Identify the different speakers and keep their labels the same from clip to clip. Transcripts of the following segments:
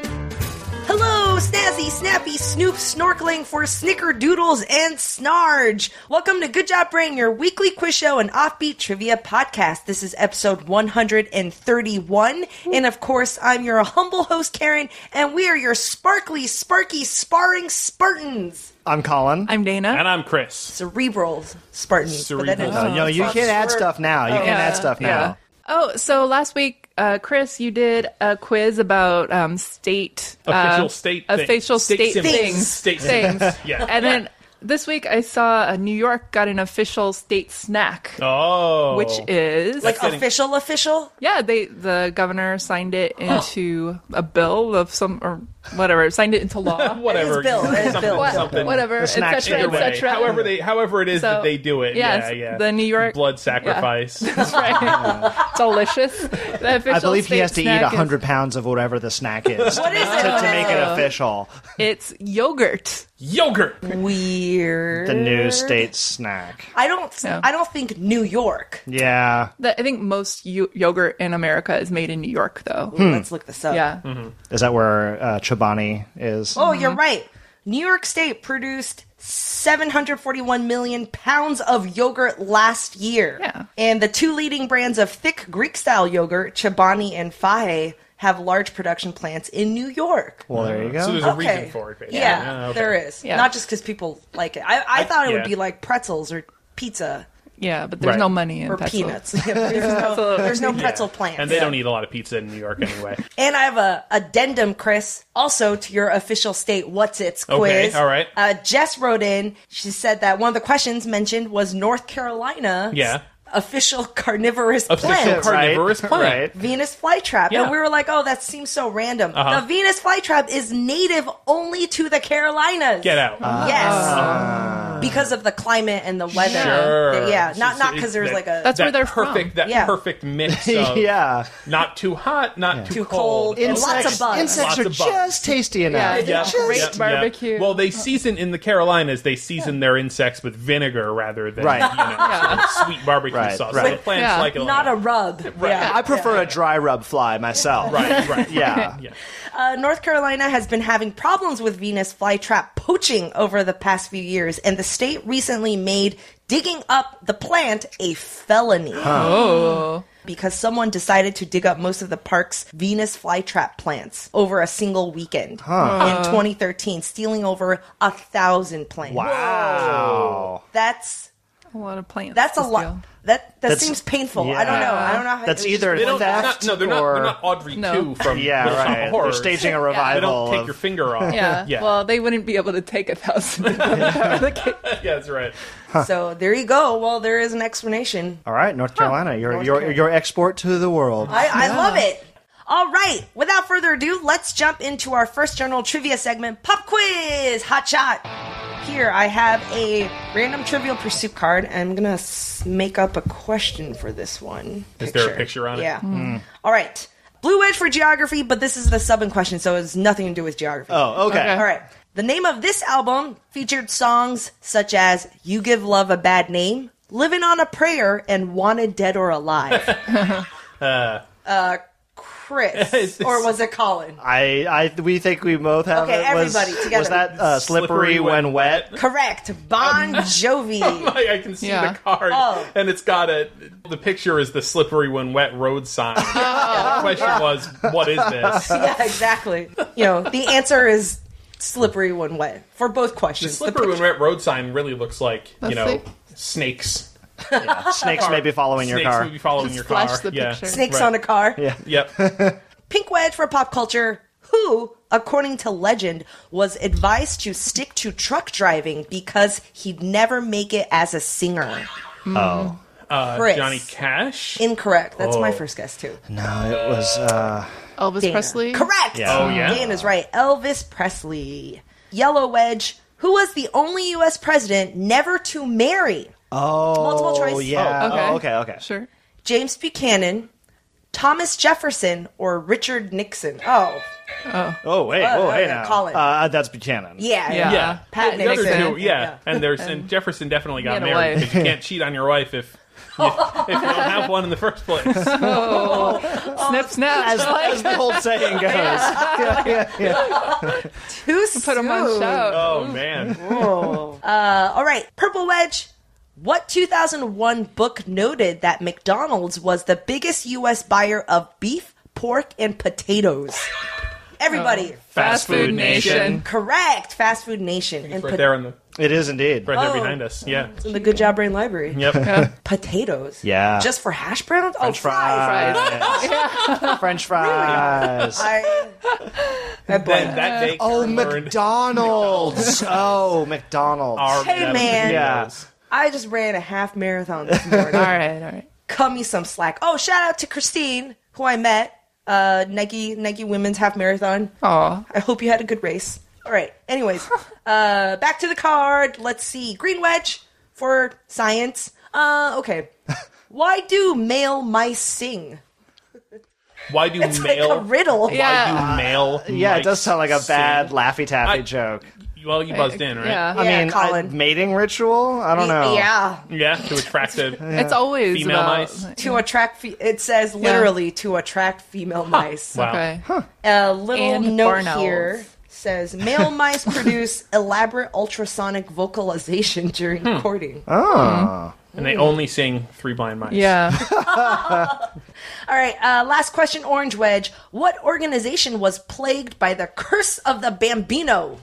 Speaker 1: Hello, snazzy, snappy, snoop, snorkeling for snickerdoodles and snarge. Welcome to Good Job Brain, your weekly quiz show and offbeat trivia podcast. This is episode 131. And of course, I'm your humble host, Karen, and we are your sparkly, sparky, sparring Spartans.
Speaker 2: I'm Colin.
Speaker 3: I'm Dana.
Speaker 4: And I'm Chris.
Speaker 1: Cerebral Spartans. but that
Speaker 4: Cerebral.
Speaker 1: is-
Speaker 2: Uh, no, you can't add stuff now. You can't add stuff now.
Speaker 3: Oh, so last week, uh, Chris, you did a quiz about um, state
Speaker 4: Official
Speaker 3: uh,
Speaker 4: state thing.
Speaker 3: official
Speaker 4: State
Speaker 3: state,
Speaker 4: symbols.
Speaker 3: things,
Speaker 4: State
Speaker 3: things.
Speaker 4: symbols. Yeah.
Speaker 3: And then this week, I saw uh, New York got an official state snack,
Speaker 4: Oh.
Speaker 3: which is
Speaker 1: Like
Speaker 4: Kidding.
Speaker 1: official, official?
Speaker 3: yeah, they the governor signed it into a bill of some or whatever, signed it into law.
Speaker 4: whatever.
Speaker 1: It is Bill. It is
Speaker 4: Something-
Speaker 1: Bill.
Speaker 3: What-
Speaker 4: something.
Speaker 3: whatever,
Speaker 2: snack
Speaker 3: etc.,
Speaker 4: Either way,
Speaker 3: etc.
Speaker 4: however they, however it is
Speaker 3: So,
Speaker 4: that they do it,
Speaker 3: yes,
Speaker 4: yeah, yeah.
Speaker 3: the New York-
Speaker 4: blood sacrifice.
Speaker 3: right? Delicious. The official
Speaker 2: I believe he
Speaker 3: state
Speaker 2: has to eat
Speaker 3: snack is-
Speaker 2: 100 pounds of whatever the snack is,
Speaker 1: What is
Speaker 2: to, to
Speaker 1: it?
Speaker 2: make it official.
Speaker 3: It's yogurt.
Speaker 4: Yogurt.
Speaker 1: Weird.
Speaker 2: The new state snack.
Speaker 1: I don't.
Speaker 3: No.
Speaker 1: I don't think New York.
Speaker 2: Yeah.
Speaker 3: The, I think most yo- yogurt in America is made in New York, though.
Speaker 1: Let's look this up.
Speaker 3: Yeah. Mm-hmm.
Speaker 2: Is that where uh, Chobani is?
Speaker 1: Oh, you're right. New York State produced 741 million pounds of yogurt last year.
Speaker 3: Yeah.
Speaker 1: And the two leading brands of thick Greek style yogurt, Chobani and Fahe, have large production plants in New York.
Speaker 2: Well, there you go.
Speaker 4: So there's a reason for it. basically.
Speaker 1: Yeah,
Speaker 4: okay.
Speaker 1: there is.
Speaker 3: Yeah.
Speaker 1: Not just because people like it. I, I, thought it
Speaker 4: yeah.
Speaker 1: would be like pretzels or pizza
Speaker 3: Yeah, but there's
Speaker 4: Right.
Speaker 3: no money in
Speaker 1: or
Speaker 3: pretzel.
Speaker 1: peanuts. there's, no, there's no pretzel plants.
Speaker 4: And they don't eat a lot of pizza in New York anyway.
Speaker 1: And I have a addendum, Chris, also to your official state what's its
Speaker 4: Okay,
Speaker 1: quiz.
Speaker 4: all right.
Speaker 1: Uh, Jess wrote in. She said that one of the questions mentioned was North Carolina.
Speaker 4: Yeah.
Speaker 1: Official carnivorous
Speaker 4: Official
Speaker 1: plant.
Speaker 4: car- Carnivorous
Speaker 2: right?
Speaker 4: plant.
Speaker 2: Right.
Speaker 1: Venus flytrap.
Speaker 4: Yeah.
Speaker 1: And we were like, oh, that seems so random.
Speaker 4: Uh-huh.
Speaker 1: The Venus flytrap is native only to the Carolinas.
Speaker 4: Get out.
Speaker 2: Uh-huh.
Speaker 1: Yes. because of the climate and the weather.
Speaker 4: Sure.
Speaker 1: Yeah.
Speaker 4: So-
Speaker 1: Not
Speaker 4: so
Speaker 1: not
Speaker 4: it-
Speaker 1: because there's
Speaker 4: that-
Speaker 1: like a
Speaker 3: That's where
Speaker 4: that
Speaker 3: they're from.
Speaker 4: perfect. That
Speaker 1: Yeah.
Speaker 4: perfect mix of
Speaker 2: yeah.
Speaker 4: not too hot, not too,
Speaker 1: Too cold. And lots of bugs.
Speaker 2: Insects
Speaker 4: Lots
Speaker 2: are
Speaker 4: of bugs.
Speaker 2: just tasty enough.
Speaker 3: Yeah,
Speaker 2: Just-
Speaker 3: great barbecue.
Speaker 4: Well, they season in the Carolinas. They season their insects with vinegar rather than
Speaker 2: Right.
Speaker 4: you know, sort of sweet barbecue
Speaker 2: Right,
Speaker 4: sauce.
Speaker 2: right.
Speaker 4: So the plants
Speaker 3: Yeah.
Speaker 4: like it.
Speaker 1: not
Speaker 4: lot.
Speaker 1: a rub. Yeah.
Speaker 2: I prefer a dry rub fly myself.
Speaker 4: right, right,
Speaker 2: Yeah.
Speaker 4: yeah.
Speaker 1: Uh, North Carolina has been having problems with Venus flytrap poaching over the past few years, and the state recently made digging up the plant a felony
Speaker 3: Oh.
Speaker 1: because someone decided to dig up most of the park's Venus flytrap plants over a single weekend in 2013, stealing over a thousand plants.
Speaker 2: Wow.
Speaker 1: That's
Speaker 3: A lot of plants.
Speaker 1: that's a
Speaker 3: to
Speaker 1: lot.
Speaker 3: steal.
Speaker 1: That that
Speaker 2: That's-
Speaker 1: seems painful. I don't know. I don't know. How
Speaker 2: That's
Speaker 1: it was
Speaker 2: either
Speaker 4: They don't.
Speaker 2: theft
Speaker 4: Not, no, they're not.
Speaker 2: or
Speaker 4: They're not Audrey
Speaker 3: No.
Speaker 4: two from Little Shop of
Speaker 2: yeah, right. They're
Speaker 4: Horrors.
Speaker 2: staging a
Speaker 4: They
Speaker 2: revival.
Speaker 4: don't take
Speaker 2: of-
Speaker 4: your finger off.
Speaker 3: Yeah.
Speaker 4: yeah.
Speaker 3: Well, they wouldn't be able to take a thousand.
Speaker 4: yeah, that's right.
Speaker 1: just- So there you go. Well, there is an explanation.
Speaker 2: All right, North Carolina, your
Speaker 1: North
Speaker 2: your
Speaker 1: Carolina.
Speaker 2: your export to the world.
Speaker 1: I, I love it. All right. Without further ado, let's jump into our first general trivia segment, pop quiz, hot shot. Here I have a random trivial pursuit card. I'm gonna s- make up a question for this one.
Speaker 4: Is there a picture on it?
Speaker 1: Yeah. All right. Blue Edge for geography, but this is the sub in question, so it's nothing to do with geography.
Speaker 2: oh, okay.
Speaker 3: Okay.
Speaker 1: All right. The name of this album featured songs such as You Give Love a Bad Name, Living on a Prayer, and Wanted Dead or Alive. uh,
Speaker 4: Uh,
Speaker 1: Chris.
Speaker 4: Is this-
Speaker 1: or was it Colin?
Speaker 2: I, I we think we both have.
Speaker 1: Okay,
Speaker 2: it. Was-
Speaker 1: everybody, together.
Speaker 2: Was that uh, slippery,
Speaker 4: Slippery
Speaker 2: when
Speaker 4: when
Speaker 2: wet?
Speaker 1: Correct. Bon Jovi.
Speaker 4: Like, I can see
Speaker 3: Yeah.
Speaker 4: the card,
Speaker 1: Oh.
Speaker 4: and it's got a. The picture is the slippery when wet road sign.
Speaker 3: Oh.
Speaker 4: the question was, what is this?
Speaker 1: yeah, exactly. You know, the answer is slippery when wet for both
Speaker 4: The
Speaker 1: questions. The
Speaker 4: slippery when wet road sign really looks like you
Speaker 3: That's
Speaker 4: know
Speaker 3: like-
Speaker 4: snakes.
Speaker 2: Snakes may be following your
Speaker 4: Snakes
Speaker 2: car.
Speaker 4: would be following
Speaker 3: Just
Speaker 4: your
Speaker 3: flash
Speaker 4: car.
Speaker 3: the
Speaker 4: yeah.
Speaker 3: picture.
Speaker 1: Snakes
Speaker 4: Right.
Speaker 1: on a car.
Speaker 2: Yeah.
Speaker 4: Yep.
Speaker 1: Pink Wedge for pop culture, who, according to legend, was advised to stick to truck driving because he'd never make it as a singer.
Speaker 2: Oh
Speaker 1: Chris.
Speaker 4: Johnny Cash.
Speaker 1: Incorrect. That's my
Speaker 4: Oh.
Speaker 1: first guess, too.
Speaker 2: no, it was. Uh,
Speaker 3: Elvis
Speaker 1: Dana.
Speaker 3: Presley.
Speaker 1: Correct.
Speaker 2: Yeah. Oh,
Speaker 4: yeah.
Speaker 1: Dana's right. Elvis Presley. Yellow Wedge, who was the only U.S. president never to marry
Speaker 2: oh,
Speaker 1: Multiple choice.
Speaker 2: Yeah.
Speaker 3: Okay.
Speaker 2: Oh, okay. Okay.
Speaker 3: Sure.
Speaker 1: James Buchanan, Thomas Jefferson or Richard Nixon? Oh,
Speaker 2: Oh wait,
Speaker 1: Uh,
Speaker 2: oh,
Speaker 1: yeah,
Speaker 2: hey now,
Speaker 1: Colin.
Speaker 2: uh, that's Buchanan.
Speaker 1: yeah.
Speaker 3: Yeah.
Speaker 4: Yeah,
Speaker 1: Pat
Speaker 4: the other
Speaker 1: Nixon.
Speaker 4: two, yeah.
Speaker 1: Yeah.
Speaker 4: and there's and Jefferson definitely got
Speaker 3: had a
Speaker 4: married
Speaker 3: wife.
Speaker 4: because you can't cheat on your wife if you, if you don't have one in the first place.
Speaker 3: snip, snap.
Speaker 2: As, as the old saying goes. Yeah, yeah, yeah.
Speaker 1: Too soon.
Speaker 3: put them on show.
Speaker 4: Oh man,
Speaker 1: Uh, all right, Purple Wedge. What 2001 book noted that McDonald's was the biggest U.S. buyer of beef, pork, and potatoes?
Speaker 4: Oh,
Speaker 1: Everybody,
Speaker 3: Fast Food Nation.
Speaker 1: correct. Fast Food nation and
Speaker 4: right
Speaker 1: po-
Speaker 4: there in the
Speaker 2: It is indeed.
Speaker 4: right there
Speaker 1: Oh.
Speaker 4: behind us. Yeah,
Speaker 1: in the Good Job Brain Library.
Speaker 4: yep.
Speaker 1: Potatoes.
Speaker 2: Yeah.
Speaker 1: Just for hash browns?
Speaker 2: French
Speaker 1: oh, fries.
Speaker 4: Uh,
Speaker 2: fries.
Speaker 1: Oh,
Speaker 2: French fries.
Speaker 1: I, that boy-
Speaker 4: then that day,
Speaker 2: Oh,
Speaker 4: Karen learned
Speaker 2: McDonald's. oh, McDonald's.
Speaker 4: our
Speaker 1: Hey,
Speaker 4: Madame
Speaker 1: man.
Speaker 4: Potatoes.
Speaker 1: I just ran a half marathon this morning.
Speaker 3: All right, all right.
Speaker 1: cut me some slack. Oh, shout out to Christine, who I met, uh, Nike Nike Women's Half Marathon.
Speaker 3: Aw.
Speaker 1: I hope you had a good race. All right. Anyways, uh, back to the card. Let's see. Green wedge for science. Uh, okay. Why do male mice sing?
Speaker 4: Why do
Speaker 1: It's
Speaker 4: male?
Speaker 1: like a riddle.
Speaker 4: why
Speaker 3: Yeah.
Speaker 4: do male?
Speaker 2: yeah, it
Speaker 4: mice
Speaker 2: does sound like a
Speaker 4: sing?
Speaker 2: bad Laffy Taffy
Speaker 4: I-
Speaker 2: joke.
Speaker 4: Well, you buzzed in, right?
Speaker 3: Yeah.
Speaker 2: I
Speaker 1: Yeah,
Speaker 2: mean,
Speaker 1: Colin.
Speaker 2: I- mating ritual? I don't know.
Speaker 1: Yeah.
Speaker 4: Yeah, to attract a.
Speaker 3: It's always
Speaker 4: Female
Speaker 3: about,
Speaker 4: mice.
Speaker 1: To attract, fe- it says literally to attract female mice.
Speaker 4: Wow.
Speaker 3: Okay.
Speaker 1: A little
Speaker 3: And
Speaker 1: note
Speaker 3: barn owls.
Speaker 1: here says male mice produce elaborate ultrasonic vocalization during courting.
Speaker 4: And they only sing Three Blind Mice.
Speaker 3: Yeah.
Speaker 1: All right, uh, last question, Orange Wedge. What organization was plagued by the curse of the Bambino?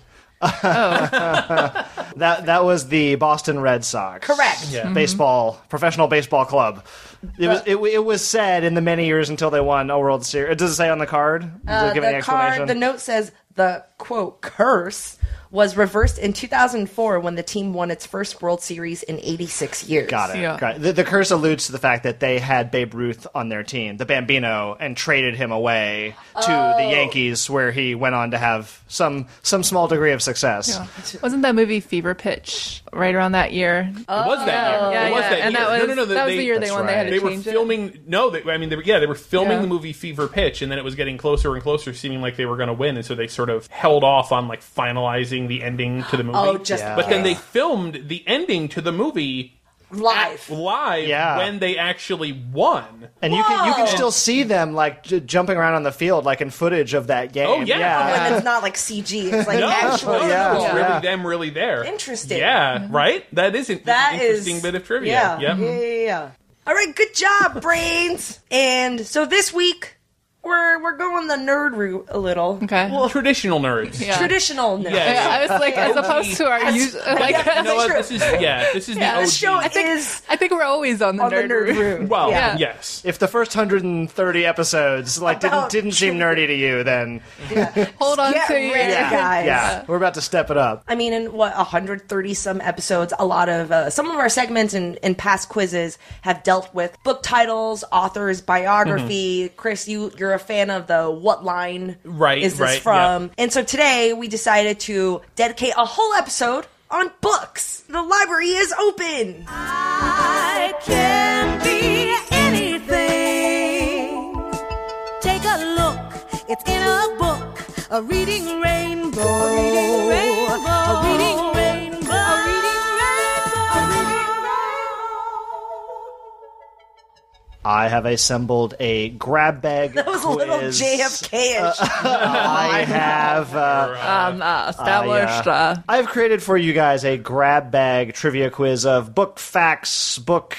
Speaker 2: That that was the Boston Red Sox. Mm-hmm.
Speaker 1: Correct.
Speaker 4: Yeah.
Speaker 2: Baseball, professional baseball club. It was it, it was said in the many years until they won a World Series. Does it say on the card? Does
Speaker 1: Uh,
Speaker 2: it give any
Speaker 1: the
Speaker 2: explanation?
Speaker 1: the note says the quote curse was reversed in 2004 when the team won its first World Series in 86 years.
Speaker 2: Got it.
Speaker 3: Yeah.
Speaker 2: Got it. The, the curse alludes to the fact that they had Babe Ruth on their team, the Bambino, and traded him away to the Yankees, where he went on to have some some small degree of success.
Speaker 3: Wasn't that movie Fever Pitch right around that year?
Speaker 4: It was that year.
Speaker 3: yeah,
Speaker 4: it was
Speaker 3: yeah.
Speaker 4: that
Speaker 3: and
Speaker 4: year.
Speaker 3: that was
Speaker 4: no, no, no.
Speaker 3: that was
Speaker 4: they-
Speaker 3: the year they
Speaker 2: that's
Speaker 3: won. They had to
Speaker 4: they were
Speaker 3: change
Speaker 4: filming. No, they, I mean, they were, yeah, they were filming
Speaker 3: Yeah.
Speaker 4: the movie Fever Pitch, and then it was getting closer and closer, seeming like they were going to win, and so they sort of held off on like finalizing the ending to the movie.
Speaker 1: Oh, just Yeah.
Speaker 4: but then they filmed the ending to the movie
Speaker 1: Live.
Speaker 4: live
Speaker 2: Yeah.
Speaker 4: when they actually won.
Speaker 2: And you can you can
Speaker 1: Whoa!
Speaker 2: still see them like j- jumping around on the field, like in footage of that game.
Speaker 4: Oh, yeah.
Speaker 1: When it's not like CG, it's like
Speaker 4: No,
Speaker 1: actual.
Speaker 4: no, no,
Speaker 2: yeah.
Speaker 4: it's really
Speaker 2: Yeah.
Speaker 4: them, really there.
Speaker 1: Interesting.
Speaker 4: Yeah, right. That is an
Speaker 1: That is
Speaker 4: interesting bit of trivia.
Speaker 1: Yeah.
Speaker 4: Yep.
Speaker 1: Yeah, yeah, yeah. All right, good job, brains. And so this week we're we're going the nerd route a little.
Speaker 3: Okay.
Speaker 4: Well, traditional nerds.
Speaker 3: Yeah.
Speaker 1: Traditional nerd.
Speaker 4: Yeah.
Speaker 3: Yeah, I was like, as opposed to our
Speaker 1: As-
Speaker 3: usual. Like,
Speaker 1: Yeah.
Speaker 4: You know what? This is yeah. This is the OG.
Speaker 1: This show
Speaker 3: I think-
Speaker 1: is
Speaker 3: I think we're always on the
Speaker 1: on
Speaker 3: nerd,
Speaker 1: the nerd
Speaker 3: route.
Speaker 1: room.
Speaker 4: Well,
Speaker 3: Yeah.
Speaker 4: yes.
Speaker 2: If the first 130 episodes like
Speaker 1: About-
Speaker 2: didn't didn't seem nerdy to you, then
Speaker 3: Hold on
Speaker 1: Get
Speaker 3: to
Speaker 1: ready,
Speaker 3: your
Speaker 1: guys.
Speaker 2: yeah, we're about to step it up.
Speaker 1: I mean, in what 130 some episodes, a lot of uh, some of our segments and in, past quizzes have dealt with book titles, authors, biography. Chris, you you're a fan of the what line
Speaker 4: Right,
Speaker 1: is this
Speaker 4: right,
Speaker 1: from? And so today we decided to dedicate a whole episode on books. The library is open.
Speaker 5: I can be anything. Take a look, it's in a book. A reading rainbow. A reading rainbow. A reading rainbow. A reading rainbow. A reading rainbow.
Speaker 2: I have assembled a grab bag.
Speaker 1: That was a little
Speaker 2: quiz.
Speaker 1: JFK ish.
Speaker 2: I have. Uh,
Speaker 3: Um, uh, established.
Speaker 2: I,
Speaker 3: Uh,
Speaker 2: uh, I've created for you guys a grab bag trivia quiz of book facts, book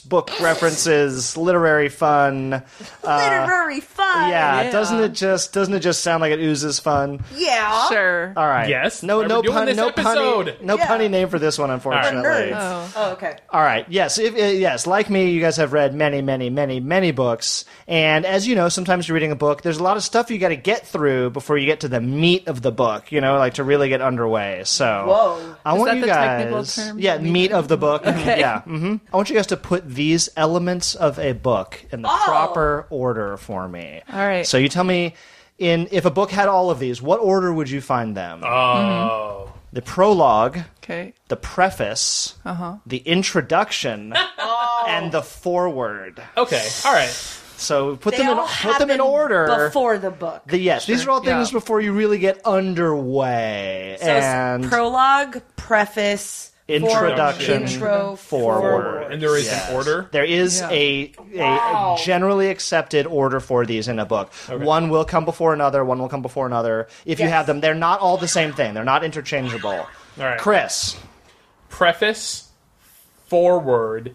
Speaker 2: book references, literary fun.
Speaker 1: Literary fun.
Speaker 2: Yeah,
Speaker 3: yeah.
Speaker 2: doesn't it just doesn't it just sound like it oozes fun?
Speaker 1: Yeah.
Speaker 3: sure.
Speaker 2: All right.
Speaker 4: Yes,
Speaker 2: No.
Speaker 4: why
Speaker 2: No
Speaker 4: we're doing
Speaker 2: pun.
Speaker 4: this
Speaker 2: No
Speaker 4: episode.
Speaker 2: punny. No
Speaker 1: Yeah.
Speaker 2: punny name for this one, unfortunately.
Speaker 1: Nerds. Oh. okay.
Speaker 2: All right. Yes. If, uh, yes. Like me, you guys have read many, many, many, many books. And as you know, sometimes you're reading a book. There's a lot of stuff you got to get through before you get to the meat of the book. You know, like to really get underway. So,
Speaker 1: Whoa.
Speaker 2: I want
Speaker 3: that
Speaker 2: you
Speaker 3: the technical
Speaker 2: guys.
Speaker 3: term?
Speaker 2: Yeah,
Speaker 3: Meat
Speaker 2: meat of the book. Yeah. hmm I want you guys to put these elements of a book in the proper order for me.
Speaker 3: Oh. All right.
Speaker 2: So you tell me. In, if a book had all of these, what order would you find them?
Speaker 4: Oh,
Speaker 2: the prologue,
Speaker 3: oh, Okay.
Speaker 2: the preface,
Speaker 1: Oh.
Speaker 2: the introduction, and the foreword.
Speaker 4: okay. All right.
Speaker 2: So put
Speaker 1: They
Speaker 2: them in
Speaker 1: all
Speaker 2: put them in
Speaker 1: happened
Speaker 2: order.
Speaker 1: before the book.
Speaker 2: the, yes, these are all
Speaker 3: yeah.
Speaker 2: things before you really get underway.
Speaker 1: So it's
Speaker 2: and
Speaker 1: prologue, preface,
Speaker 2: Introduction,
Speaker 1: forward, intro,
Speaker 2: forward.
Speaker 1: forward.
Speaker 4: And there is
Speaker 2: Yes.
Speaker 4: an order.
Speaker 2: There is
Speaker 3: Yeah.
Speaker 2: a, a generally accepted order for these in a book. One will come before another, one will come before another. If you
Speaker 1: Yes.
Speaker 2: have them, they're not all the same thing. They're not interchangeable. All
Speaker 4: right.
Speaker 2: Chris.
Speaker 4: Preface, forward,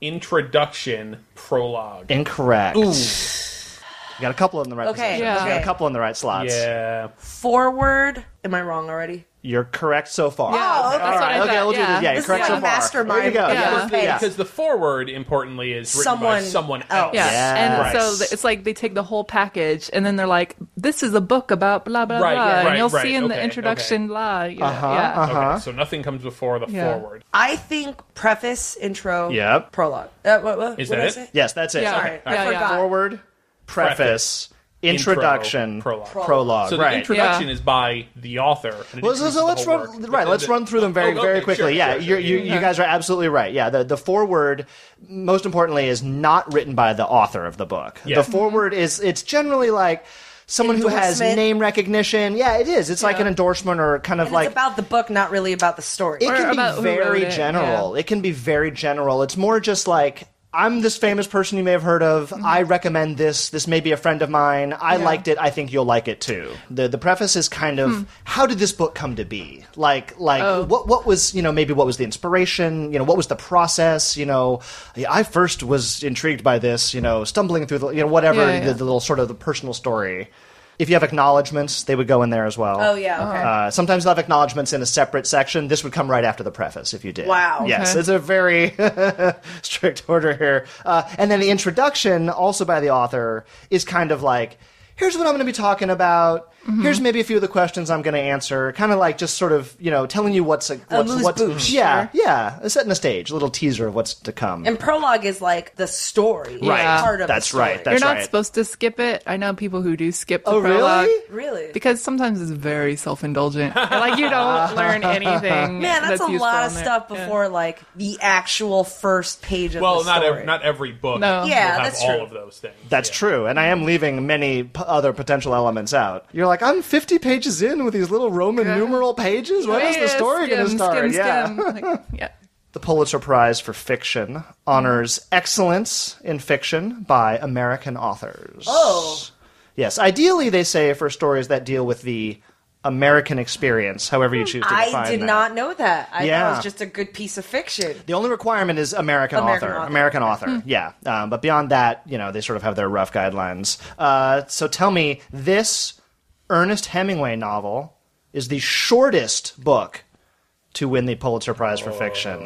Speaker 4: introduction, prologue.
Speaker 2: Incorrect. You got a couple in the right
Speaker 1: Okay,
Speaker 2: positions.
Speaker 3: yeah.
Speaker 2: You got a couple in the right slots.
Speaker 4: Yeah.
Speaker 1: Forward. Am I wrong already?
Speaker 2: You're correct so far.
Speaker 1: Oh,
Speaker 3: Yeah,
Speaker 1: okay.
Speaker 3: that's
Speaker 2: All
Speaker 3: what
Speaker 2: right,
Speaker 3: I
Speaker 2: okay,
Speaker 3: thought,
Speaker 2: we'll do
Speaker 3: yeah.
Speaker 2: this. Yeah, you're
Speaker 1: This is
Speaker 2: correct
Speaker 1: like
Speaker 2: so
Speaker 1: a
Speaker 2: far. There you
Speaker 1: mastermind.
Speaker 2: go.
Speaker 3: Yeah.
Speaker 2: Yeah. Yeah.
Speaker 4: Because the forward, importantly, is written by
Speaker 1: Uh, Someone
Speaker 4: someone
Speaker 1: else.
Speaker 4: else.
Speaker 3: Yeah,
Speaker 2: Yes.
Speaker 3: and so th- it's like they take the whole package, and then they're like, "This is a book about blah blah
Speaker 4: Right,
Speaker 3: blah,"
Speaker 4: right,
Speaker 3: and you'll
Speaker 4: right,
Speaker 3: see in
Speaker 4: okay,
Speaker 3: the introduction, blah. You know, yeah.
Speaker 4: Okay,
Speaker 2: Uh-huh.
Speaker 4: so nothing comes before the
Speaker 3: Yeah.
Speaker 4: forward.
Speaker 1: I think preface, intro,
Speaker 2: Yep.
Speaker 1: prologue. Uh, what, what,
Speaker 4: Is
Speaker 1: what did
Speaker 4: that
Speaker 1: I
Speaker 4: it?
Speaker 1: say?
Speaker 2: Yes, that's it.
Speaker 3: Yeah.
Speaker 1: Sorry, I
Speaker 3: Yeah, yeah.
Speaker 1: forgot.
Speaker 2: Forward, preface,
Speaker 4: Intro,
Speaker 2: introduction,
Speaker 4: prologue.
Speaker 2: prologue.
Speaker 4: So the
Speaker 2: right.
Speaker 4: introduction
Speaker 3: Yeah.
Speaker 4: is by the author. and it
Speaker 2: Well, so,
Speaker 4: introduces
Speaker 2: so
Speaker 4: the
Speaker 2: let's
Speaker 4: whole
Speaker 2: run
Speaker 4: work.
Speaker 2: right.
Speaker 4: But
Speaker 2: Let's
Speaker 4: the-
Speaker 2: run through them very,
Speaker 4: Oh, okay,
Speaker 2: very
Speaker 4: sure,
Speaker 2: quickly. yeah,
Speaker 4: sure, sure,
Speaker 2: you you you guys are absolutely right. Yeah, the the foreword, most importantly, is not written by the author of the book.
Speaker 4: Yeah.
Speaker 2: The foreword is it's generally like someone who has
Speaker 1: Endorsement.
Speaker 2: name recognition. Yeah, it is. It's like an endorsement or kind of
Speaker 1: And
Speaker 2: like
Speaker 1: it's about the book, not really about the story.
Speaker 2: it
Speaker 3: Or
Speaker 2: can be
Speaker 3: about who
Speaker 2: very
Speaker 3: wrote it,
Speaker 2: general. It can be very general. It's more just like I'm this famous person you may have heard of. I recommend this. This may be a friend of mine. I
Speaker 3: Mm-hmm. Yeah. Hmm.
Speaker 2: liked it. I think you'll like it too. The the preface is kind of how did this book come to be? Like like
Speaker 3: Oh.
Speaker 2: what what was, you know, maybe what was the inspiration? You know, what was the process? You know, I first was intrigued by this, you know, stumbling through the you know whatever
Speaker 3: Yeah, yeah.
Speaker 2: The, the little sort of the personal story. If you have acknowledgments, they would go in there as well.
Speaker 1: oh yeah. Okay.
Speaker 2: Uh, sometimes they'll have acknowledgments in a separate section. This would come right after the preface if you did.
Speaker 1: Wow.
Speaker 2: Yes,
Speaker 3: Okay.
Speaker 2: it's a very strict order here. Uh, and then the introduction, also by the author, is kind of like here's what I'm going to be talking about. Here's maybe a few of the questions I'm going to answer. Kind of like just sort of, you know, telling you what's. A, what's,
Speaker 1: loose
Speaker 2: what's
Speaker 1: boosh.
Speaker 2: Yeah, yeah. Setting the stage, a little teaser of what's to come.
Speaker 1: and prologue is like the story,
Speaker 2: right.
Speaker 3: Yeah.
Speaker 1: Part of
Speaker 2: that's
Speaker 1: the story.
Speaker 2: right. That's
Speaker 3: You're not
Speaker 2: right.
Speaker 3: supposed to skip it. I know people who do skip the
Speaker 2: oh,
Speaker 3: prologue
Speaker 2: really?
Speaker 1: really.
Speaker 3: because sometimes it's very self-indulgent. like you don't learn anything.
Speaker 1: Man, that's, a
Speaker 3: useful
Speaker 1: lot of
Speaker 3: in there.
Speaker 1: stuff
Speaker 3: Yeah.
Speaker 1: before like the actual first page of
Speaker 4: Well,
Speaker 1: the
Speaker 4: not
Speaker 1: story.
Speaker 4: ev- not every book.
Speaker 3: No.
Speaker 4: will
Speaker 1: Yeah,
Speaker 4: have
Speaker 1: that's
Speaker 4: all
Speaker 1: true.
Speaker 4: of those things.
Speaker 2: That's
Speaker 4: Yeah.
Speaker 2: true, and I am leaving many p- other potential elements out. You're like, I'm 50 pages in with these little Roman numeral pages. When is
Speaker 3: Yeah,
Speaker 2: the story going to
Speaker 3: skim,
Speaker 2: start?
Speaker 3: skim,
Speaker 2: yeah.
Speaker 3: skim. Like, yeah.
Speaker 2: The Pulitzer Prize for Fiction honors excellence in fiction by American authors.
Speaker 1: Oh.
Speaker 2: Yes, ideally they say for stories that deal with the American experience, however
Speaker 3: Hmm,
Speaker 2: you choose to define
Speaker 1: I did
Speaker 2: that.
Speaker 1: not know that. I thought
Speaker 2: Yeah.
Speaker 1: it was just a good piece of fiction.
Speaker 2: The only requirement is American,
Speaker 1: American
Speaker 2: author.
Speaker 1: author.
Speaker 2: American author, yeah. Um, but beyond that, you know, they sort of have their rough guidelines. Uh, so tell me, this Ernest Hemingway novel is the shortest book to win the Pulitzer Prize for Fiction.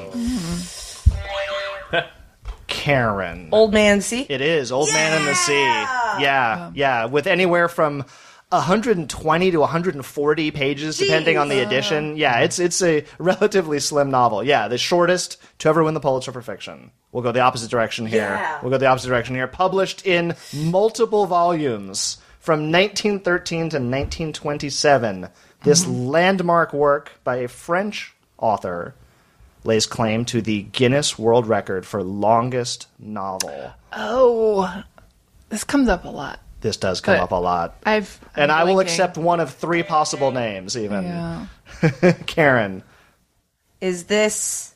Speaker 2: Karen.
Speaker 1: Old Man See?
Speaker 2: It is Old Man in the Sea. Yeah, yeah. With anywhere from 120 to 140 pages, depending on the edition. Yeah, it's it's a relatively slim novel. Yeah, the shortest to ever win the Pulitzer for fiction. We'll go the opposite direction here.
Speaker 1: Yeah.
Speaker 2: We'll go the opposite direction here. Published in multiple volumes from 1913 to 1927, this landmark work by a French author lays claim to the Guinness World Record for longest novel.
Speaker 3: Oh, this comes up a lot.
Speaker 2: This does come
Speaker 3: But-
Speaker 2: up a lot.
Speaker 3: I've
Speaker 2: and
Speaker 3: I'm
Speaker 2: I will
Speaker 3: blanking.
Speaker 2: accept one of three possible names, even.
Speaker 3: Yeah.
Speaker 2: Karen.
Speaker 1: Is this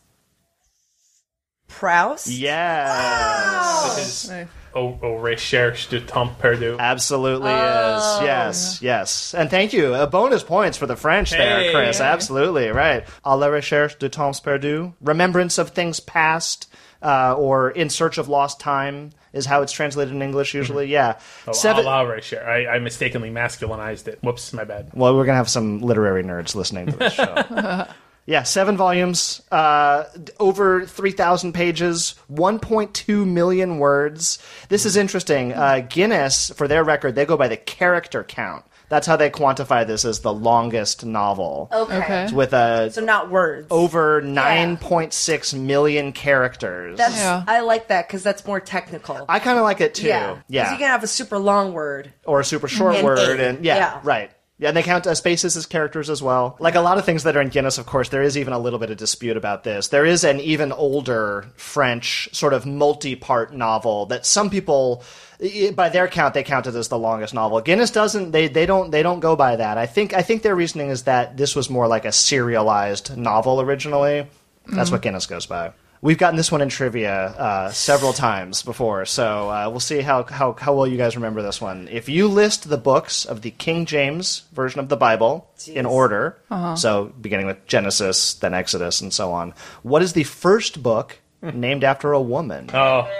Speaker 1: Prouse?
Speaker 2: Yes.
Speaker 4: This is au, au recherche oh, de temps perdu.
Speaker 2: Absolutely
Speaker 3: Oh,
Speaker 2: is. Yes, yes. And thank you. Uh, bonus points for the French there,
Speaker 4: Hey.
Speaker 2: Chris. Absolutely, right. A la recherche de temps perdu. Remembrance of things past uh, or in search of lost time is how it's translated in English usually. Yeah.
Speaker 4: Oh,
Speaker 2: Seven-
Speaker 4: a la recherche. I, I mistakenly masculinized it. Whoops, my bad.
Speaker 2: Well, we're gonna have some literary nerds listening to this show. yeah, seven volumes, uh, d- over three thousand pages, one point two million words. This is interesting. Uh, Guinness, for their record, they go by the character count. That's how they quantify this as the longest novel,
Speaker 1: Okay.
Speaker 3: Okay.
Speaker 2: with a
Speaker 1: So not words.
Speaker 2: over nine point six million characters.
Speaker 1: That's,
Speaker 3: Yeah.
Speaker 1: I like that because that's more technical.
Speaker 2: I kind of like it too.
Speaker 1: yeah. 'Cause you can have a super long word.
Speaker 2: or a super short
Speaker 1: And
Speaker 2: word,
Speaker 1: eight.
Speaker 2: and yeah,
Speaker 1: Yeah.
Speaker 2: right. Yeah, and they count uh, spaces as characters as well. Like a lot of things that are in Guinness, of course, there is even a little bit of dispute about this. There is an even older French sort of multi part novel that some people. i- By their count, they count it as the longest novel. Guinness doesn't. They, they don't. They don't go by that. I think. I think their reasoning is that this was more like a serialized novel originally. That's what Guinness goes by. We've gotten this one in trivia uh, several times before, so uh, we'll see how, how, how well you guys remember this one. If you list the books of the King James version of the Bible in order, so beginning with Genesis, then Exodus, and so on, what is the first book named after a woman?
Speaker 4: Oh,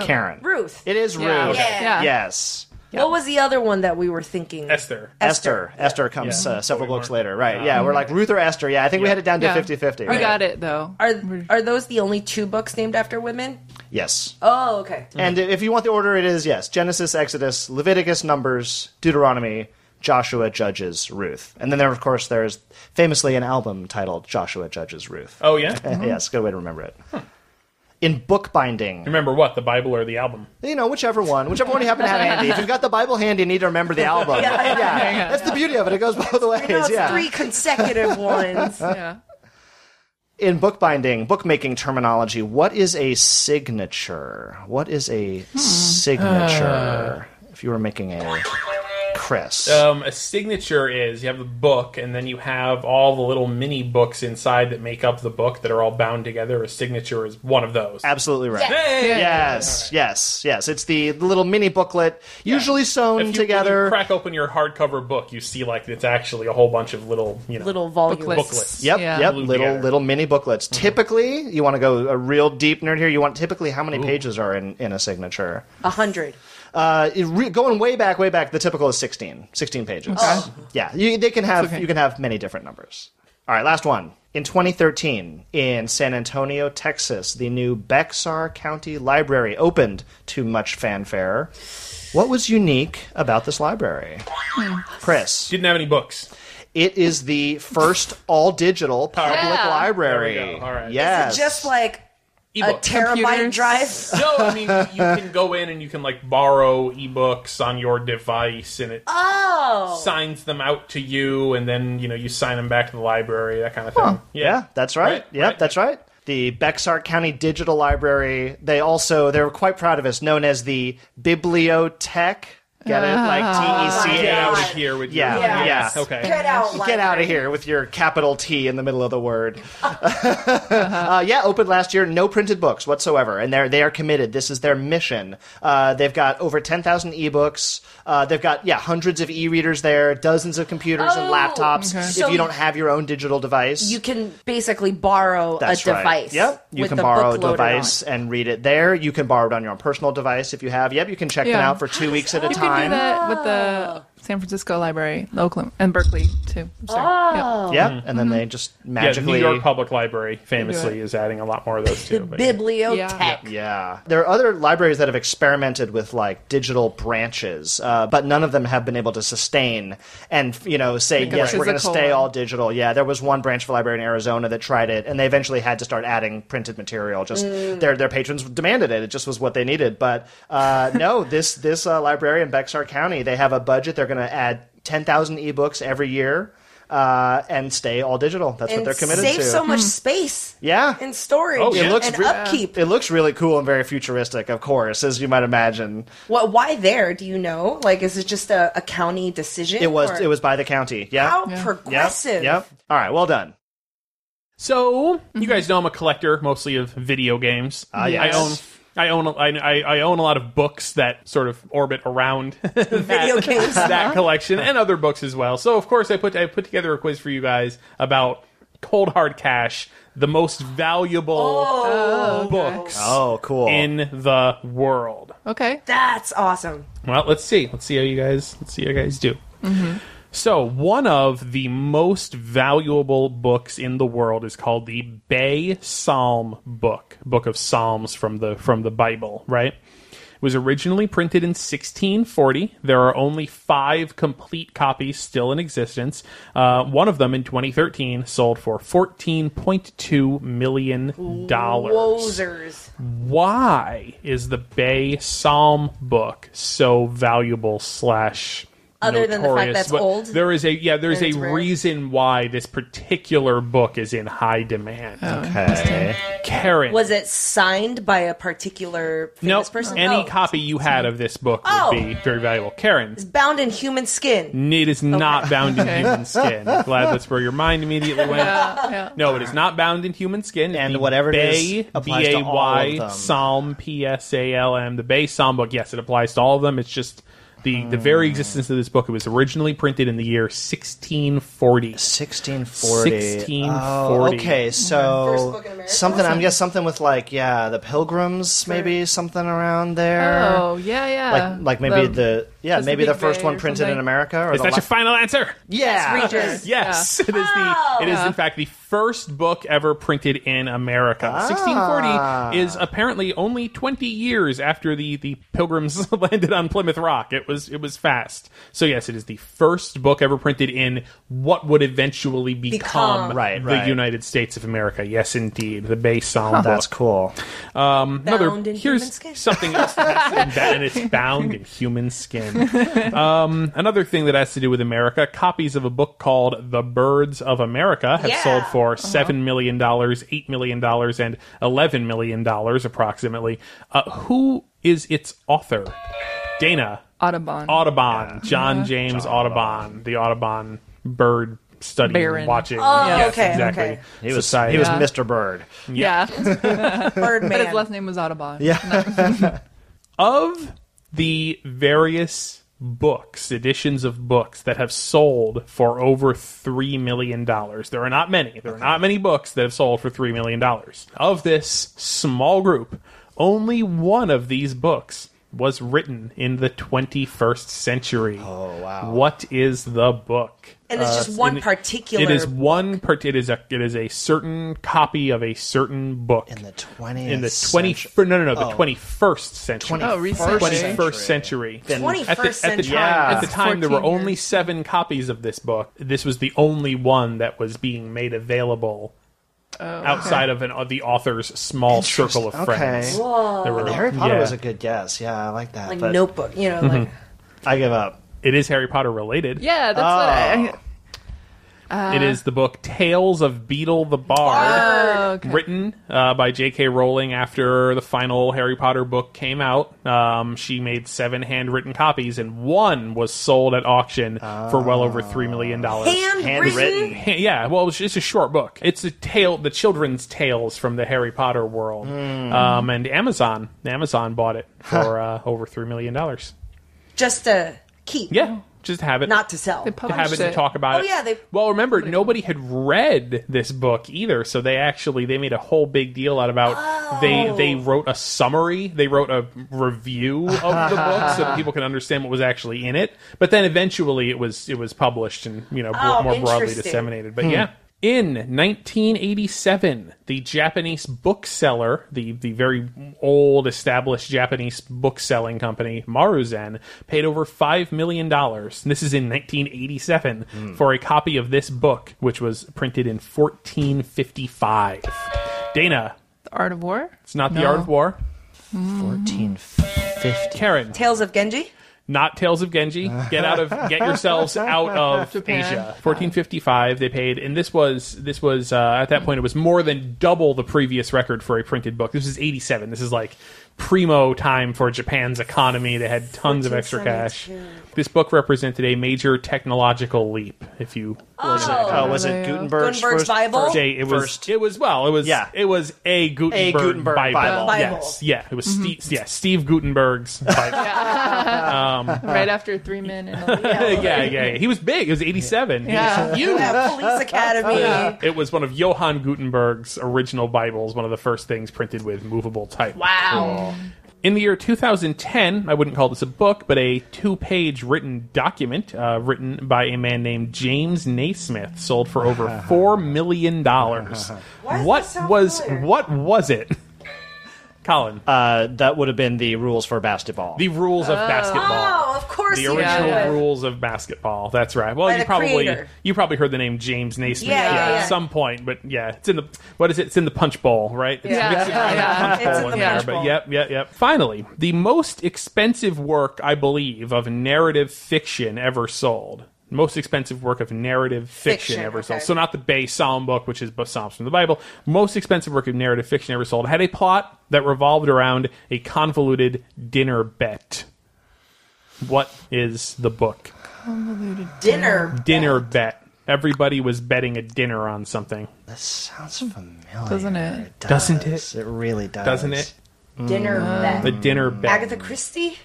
Speaker 2: Karen.
Speaker 1: Ruth.
Speaker 2: It is Ruth.
Speaker 3: Yeah.
Speaker 1: Yeah.
Speaker 3: Yeah.
Speaker 2: Yes.
Speaker 1: What was the other one that we were thinking?
Speaker 4: Esther.
Speaker 2: Esther. Esther, comes uh, several
Speaker 4: we
Speaker 2: books
Speaker 4: weren't-
Speaker 2: later. Right. Yeah, we're like Ruth or Esther. Yeah, I think we had it down to
Speaker 3: Yeah.
Speaker 2: 50 50.
Speaker 3: We got it though.
Speaker 1: Are are those the only two books named after women?
Speaker 2: Yes.
Speaker 1: Oh, okay.
Speaker 2: And if you want the order, it is yes: Genesis, Exodus, Leviticus, Numbers, Deuteronomy, Joshua, Judges, Ruth, and then there, of course, there is famously an album titled Joshua, Judges, Ruth.
Speaker 4: Oh yeah.
Speaker 2: Eh, yes, good way to remember it. In bookbinding,
Speaker 4: Remember what? The Bible or the album?
Speaker 2: you know, whichever one, whichever one you happen to have handy. If you've got the Bible handy, you need to remember the album. Yeah, that's the beauty of it; it goes both ways.
Speaker 1: No, it's
Speaker 2: yeah,
Speaker 1: three consecutive ones.
Speaker 3: Yeah.
Speaker 2: in bookbinding, bookmaking terminology, what is a signature? What is a signature? if you were making a Chris,
Speaker 4: Um, a signature is you have the book, and then you have all the little mini books inside that make up the book that are all bound together. A signature is one of those.
Speaker 2: absolutely right.
Speaker 4: Hey!
Speaker 2: Yes, yes, yes. It's the little mini booklet, usually
Speaker 4: If
Speaker 2: sewn
Speaker 4: you, when you
Speaker 2: together.
Speaker 4: crack open your hardcover book, you see like it's actually a whole bunch of little, you know,
Speaker 1: Little volumes.
Speaker 3: Booklets.
Speaker 4: booklets.
Speaker 2: Yep,
Speaker 3: Yeah.
Speaker 2: yep.
Speaker 4: Glued
Speaker 2: Little
Speaker 4: together.
Speaker 2: little mini booklets.
Speaker 4: Mm-hmm.
Speaker 2: Typically, you want to go a real deep nerd here. You want typically how many pages are in, in a signature?
Speaker 1: A hundred.
Speaker 2: Uh, it re- going way back, way back, the typical is 16, 16 pages. Yeah, you, they can have
Speaker 3: Oh. okay.
Speaker 2: you can have many different numbers. All right, last one. In 2013, in San Antonio, Texas, the new Bexar County Library opened to much fanfare. What was unique about this library?
Speaker 3: Hmm.
Speaker 2: Chris,
Speaker 4: Didn't have any books.
Speaker 2: it is the first all digital public
Speaker 3: Yeah.
Speaker 2: library.
Speaker 4: There we go. All right.
Speaker 2: Yes.
Speaker 1: Just like a
Speaker 4: Ebook.
Speaker 1: terabyte
Speaker 3: Computers.
Speaker 1: drive.
Speaker 4: no, I mean you can go in and you can like borrow ebooks on your device, and it
Speaker 1: Oh.
Speaker 4: signs them out to you, and then you know you sign them back to the library, that kind of thing.
Speaker 2: Yeah, that's right.
Speaker 4: Right,
Speaker 2: Yep,
Speaker 4: right.
Speaker 2: that's right. The Bexar County Digital Library. They also they're quite proud of us, known as the Bibliotech. Get it?
Speaker 1: Ah.
Speaker 2: Like T E C
Speaker 4: Get out
Speaker 2: H.
Speaker 4: of here with
Speaker 2: Yeah,
Speaker 4: your
Speaker 2: yeah.
Speaker 4: Yes. Okay.
Speaker 1: Get out.
Speaker 2: Get out
Speaker 1: library.
Speaker 2: of here with your capital T in the middle of the word. uh, yeah, opened last year, no printed books whatsoever, and they're they are committed. This is their mission. Uh, they've got over ten thousand ebooks. Uh, they've got yeah hundreds of e-readers there, dozens of computers and
Speaker 1: Oh,
Speaker 2: laptops. If
Speaker 1: So
Speaker 2: you don't have your own digital device,
Speaker 1: You can basically borrow
Speaker 2: That's
Speaker 1: a
Speaker 2: right.
Speaker 1: device.
Speaker 2: Yep. You
Speaker 1: with
Speaker 2: can
Speaker 1: the
Speaker 2: borrow a
Speaker 1: book loaded on it.
Speaker 2: device and read it there. You can borrow it on your own personal device if you have. Yep. You can check them
Speaker 3: Yeah.
Speaker 2: out for two weeks at a
Speaker 3: You can do
Speaker 2: time. Oh.
Speaker 3: that with the San Francisco Library, Oakland, and Berkeley too. I'm sorry. Yep.
Speaker 2: Yep.
Speaker 1: Mm-hmm.
Speaker 2: And then they just
Speaker 4: Yeah, New
Speaker 2: magically.
Speaker 4: York Public Library famously is adding a lot more of those
Speaker 1: The
Speaker 4: too. but yeah.
Speaker 1: bibliotech.
Speaker 2: yeah. There are other libraries that have experimented with like digital branches, uh, but none of them have been able to sustain and, you know, say,
Speaker 3: a
Speaker 2: yes, we're going to
Speaker 3: physical
Speaker 2: stay
Speaker 3: one.
Speaker 2: all digital. Yeah. There was one branch of a library in Arizona that tried it and they eventually had to start adding printed material. Just
Speaker 1: Mm.
Speaker 2: their, their patrons demanded it. It just was what they needed. But uh, no, this, this uh, library in Bexar County, they have a budget. They're going to add 10,000 ebooks every year. Uh, and stay all digital. That's what
Speaker 1: And
Speaker 2: they're committed
Speaker 1: save
Speaker 2: to.
Speaker 1: so much
Speaker 3: Hmm.
Speaker 1: space
Speaker 2: yeah,
Speaker 1: and storage
Speaker 4: Oh, yeah. It looks
Speaker 1: and
Speaker 2: re-
Speaker 1: upkeep.
Speaker 2: it looks really cool and very futuristic, of course, as you might imagine.
Speaker 1: What? Why there? Do you know? Like, is it just a, a county decision?
Speaker 2: It was
Speaker 1: or-
Speaker 2: it was by the county. Yeah.
Speaker 1: How
Speaker 3: Yeah.
Speaker 1: progressive.
Speaker 2: Yep. All right. Well done.
Speaker 4: So you guys know I'm a collector, mostly of video games.
Speaker 2: Ah, yes.
Speaker 4: I own. I own, I, I, I own a lot of books that sort of orbit around that,
Speaker 1: Video games.
Speaker 4: that collection and other books as well. So of course I put I put together a quiz for you guys about cold hard cash, the most valuable books
Speaker 2: Oh, cool.
Speaker 4: in the world.
Speaker 3: Okay.
Speaker 1: That's awesome.
Speaker 4: Well, let's see. Let's see how you guys. Let's see how you guys do. So, one of the most valuable books in the world is called the Bay Psalm Book, Book of Psalms from the from the Bible, right? It was originally printed in 1640. There are only five complete copies still in existence. Uh, one of them in 2013 sold for 14.2 million dollars.
Speaker 1: Wozers.
Speaker 4: Why is the Bay Psalm book so valuable slash
Speaker 1: Other than the fact
Speaker 4: notorious,
Speaker 1: that's
Speaker 4: but
Speaker 1: old?
Speaker 4: There is a yeah. There's
Speaker 1: And
Speaker 4: a
Speaker 1: it's rare?
Speaker 4: reason why this particular book is in high demand.
Speaker 3: Oh,
Speaker 2: Okay.
Speaker 4: Karen
Speaker 1: Was it signed by a particular
Speaker 4: no
Speaker 1: famous person?
Speaker 4: any
Speaker 1: Oh.
Speaker 4: copy you had of this book would
Speaker 1: Oh.
Speaker 4: be very valuable. Karen,
Speaker 1: bound in human skin.
Speaker 4: it is not bound in
Speaker 3: Okay.
Speaker 4: human skin. I'm glad that's where your mind immediately went.
Speaker 3: Yeah, yeah.
Speaker 4: No, it is not bound in human skin.
Speaker 2: And
Speaker 4: The
Speaker 2: whatever it
Speaker 4: Bay,
Speaker 2: is applies to all of
Speaker 4: B.A.Y.,
Speaker 2: them.
Speaker 4: Psalm, P S A L M, the Bay Psalm book. Yes, it applies to all of them. It's just the the very existence of this book. It was originally printed in the year 1640.
Speaker 2: 1640.
Speaker 4: 1640.
Speaker 2: Oh, okay, so
Speaker 1: First book in America?
Speaker 2: something. I'm guess something with like yeah, the Pilgrims, maybe something around there.
Speaker 3: Oh yeah, yeah.
Speaker 2: Like, like maybe the, yeah,
Speaker 3: just
Speaker 2: maybe
Speaker 3: the
Speaker 2: the
Speaker 3: Big
Speaker 2: first
Speaker 3: Bay
Speaker 2: one
Speaker 3: or
Speaker 2: printed
Speaker 3: something.
Speaker 2: in America. Or
Speaker 4: Is
Speaker 2: the
Speaker 4: that
Speaker 2: la-
Speaker 4: your final answer?
Speaker 2: Yeah.
Speaker 1: Yes, Regis.
Speaker 4: Yes, it is
Speaker 1: Oh.
Speaker 4: the it is
Speaker 3: Yeah.
Speaker 4: in fact the first book ever printed in America.
Speaker 2: Ah.
Speaker 4: 1640 is apparently only 20 years after the the Pilgrims landed on Plymouth Rock. It was it was fast. So yes, it is the first book ever printed in what would eventually become,
Speaker 1: Become.
Speaker 2: Right,
Speaker 4: the
Speaker 2: right.
Speaker 4: United States of America. Yes, indeed, the Bay Psalm.
Speaker 2: That's
Speaker 4: book.
Speaker 2: cool.
Speaker 4: Another-
Speaker 1: Bound in
Speaker 4: here's
Speaker 1: human skin.
Speaker 4: something else that's in that, and it's bound in human skin. Um, another thing that has to do with America: copies of a book called "The Birds of America" have
Speaker 1: Yeah. Uh-huh.
Speaker 4: sold for seven million dollars, eight million dollars, and eleven million dollars approximately. Uh, who is its author? Dana
Speaker 3: Audubon.
Speaker 4: Audubon, John
Speaker 1: Uh-huh.
Speaker 4: James Audubon, the Audubon bird study
Speaker 3: Baron.
Speaker 4: watching.
Speaker 1: Oh,
Speaker 4: yes,
Speaker 1: okay,
Speaker 4: exactly.
Speaker 1: okay.
Speaker 2: He was
Speaker 4: Society.
Speaker 2: he was
Speaker 3: Yeah.
Speaker 2: Mr. Bird.
Speaker 3: yeah,
Speaker 1: Birdman.
Speaker 3: but his last name was Audubon.
Speaker 4: of the various books, editions of books that have sold for over $3 million, there are not many. There are not many books that have sold for $3 million. Of this small group, only one of these books was written in the 21st century. Oh, wow. What is the book? Uh,
Speaker 1: and it's just one particular.
Speaker 4: It is one part. It is a. It is a certain copy of a certain book
Speaker 2: In the 20th
Speaker 4: in the twenty. No, no, no. The twenty first century.
Speaker 3: Oh, recently.
Speaker 2: First
Speaker 4: Twenty first century. At the,
Speaker 1: 21st
Speaker 4: at the
Speaker 1: century.
Speaker 4: time, at the
Speaker 3: Yeah.
Speaker 4: time there were
Speaker 3: 14
Speaker 4: only
Speaker 3: years.
Speaker 4: seven copies of this book. This was the only one that was being made available
Speaker 1: Oh,
Speaker 4: outside of an, of the author's small circle of
Speaker 2: Okay.
Speaker 4: friends. There were-
Speaker 2: Harry Potter
Speaker 4: yeah.
Speaker 2: was a good guess. Yeah, I like that.
Speaker 1: like
Speaker 2: but
Speaker 1: notebook, you know, like
Speaker 2: I give up.
Speaker 4: It is Harry Potter related.
Speaker 3: Yeah, that's what
Speaker 4: It is the book Tales of Beetle the Bard.
Speaker 3: I. Oh, okay.
Speaker 4: written uh, by J.K. Rowling after the final Harry Potter book came out. Um, she made seven handwritten copies, and one was sold at auction for well over three million dollars.
Speaker 1: handwritten.
Speaker 4: Yeah, well, it's it's a short book. It's a tale, the children's tales from the Harry Potter world. Um, and Amazon, Amazon bought it for uh, over three million dollars.
Speaker 1: Just to keep,
Speaker 4: Yeah, just have it
Speaker 1: not to sell.
Speaker 3: They
Speaker 4: to have it
Speaker 3: published
Speaker 4: to talk about
Speaker 1: Oh,
Speaker 4: it.
Speaker 1: yeah, they-
Speaker 4: well, remember, nobody had read this book either, so they actually they made a whole big deal out about they
Speaker 1: Oh.
Speaker 4: they wrote a summary, they wrote a review of the book so that people can understand what was actually in it. But then eventually it was it was published and you know
Speaker 1: Oh,
Speaker 4: more broadly
Speaker 1: interesting.
Speaker 4: disseminated. But yeah. In 1987, the Japanese bookseller, the, the very old established Japanese bookselling company, Maruzen, paid over $5 million. and This is in 1987 for a copy of this book, which was printed in 1455. Dana,
Speaker 3: The Art of War.
Speaker 4: it's not The
Speaker 3: No.
Speaker 4: Art of War.
Speaker 2: 1450.
Speaker 4: Karen,
Speaker 1: Tales of Genji.
Speaker 4: not Tales of Genji. Get out of get yourselves out of
Speaker 3: Japan.
Speaker 4: Asia. 1455 they paid and this was this was uh, at that point it was more than double the previous record for a printed book. This is 87. This is like primo time for Japan's economy. They had tons of extra cash.
Speaker 1: 1472.
Speaker 4: This book represented a major technological leap if you
Speaker 2: Oh, was
Speaker 3: Yeah.
Speaker 2: it
Speaker 1: Gutenberg's
Speaker 2: Gutenberg's, first,
Speaker 1: Bible?
Speaker 2: first-
Speaker 4: Jay, it was
Speaker 2: first-
Speaker 4: it was well, it was
Speaker 2: Yeah.
Speaker 4: it was a Gutenberg,
Speaker 2: Gutenberg
Speaker 4: Bible.
Speaker 2: Bible.
Speaker 1: Bible.
Speaker 4: Yes, yeah, it was Steve, yeah, Steve Gutenberg's Bible.
Speaker 3: Right after Three Men and a Leaf.
Speaker 4: yeah, yeah, yeah. He was big. He was 87. He was
Speaker 3: Yeah.
Speaker 4: huge.
Speaker 1: Yeah, Police
Speaker 4: Oh,
Speaker 1: Academy.
Speaker 4: It was one of Johann Gutenberg's original Bibles, one of the first things printed with movable type.
Speaker 1: Wow.
Speaker 4: In the year 2010, I wouldn't call this a book, but a two page written document uh, written by a man named James Naismith sold for over $4 million.
Speaker 1: does
Speaker 4: what
Speaker 1: that sound
Speaker 4: was
Speaker 1: familiar?
Speaker 4: What was it? Colin.
Speaker 2: Uh, that would have been the rules for basketball.
Speaker 4: the rules of basketball.
Speaker 1: Oh, of course
Speaker 4: the
Speaker 1: you
Speaker 4: original
Speaker 1: did.
Speaker 4: rules of basketball. That's right. Well,
Speaker 1: By
Speaker 4: you
Speaker 1: the
Speaker 4: probably
Speaker 1: creator.
Speaker 4: you probably heard the name James Naismith
Speaker 1: Yeah, yeah, yeah.
Speaker 4: at some point, but yeah, it's in the what is it? It's in the punch bowl, right? It's
Speaker 3: Yeah,
Speaker 4: mixed around
Speaker 3: yeah.
Speaker 4: the punch
Speaker 1: It's
Speaker 4: bowl
Speaker 1: in
Speaker 4: in
Speaker 1: the
Speaker 4: there,
Speaker 1: punch
Speaker 4: but
Speaker 1: bowl.
Speaker 4: yep, yep, yep. Finally, the most expensive work I believe of narrative fiction ever sold. Most expensive work of narrative fiction,
Speaker 1: Fiction,
Speaker 4: ever
Speaker 1: okay.
Speaker 4: sold. So not the base Psalm book, which is b- Psalms from the Bible. Most expensive work of narrative fiction ever sold had a plot that revolved around a convoluted dinner bet. What is the book?
Speaker 1: dinner.
Speaker 4: Dinner bet. Everybody was betting a dinner on something.
Speaker 2: That sounds familiar.
Speaker 3: Doesn't it?
Speaker 2: does.
Speaker 4: Doesn't
Speaker 2: It really does.
Speaker 4: Doesn't it?
Speaker 1: Dinner
Speaker 4: The
Speaker 1: bet.
Speaker 4: dinner bet
Speaker 1: Agatha Christie?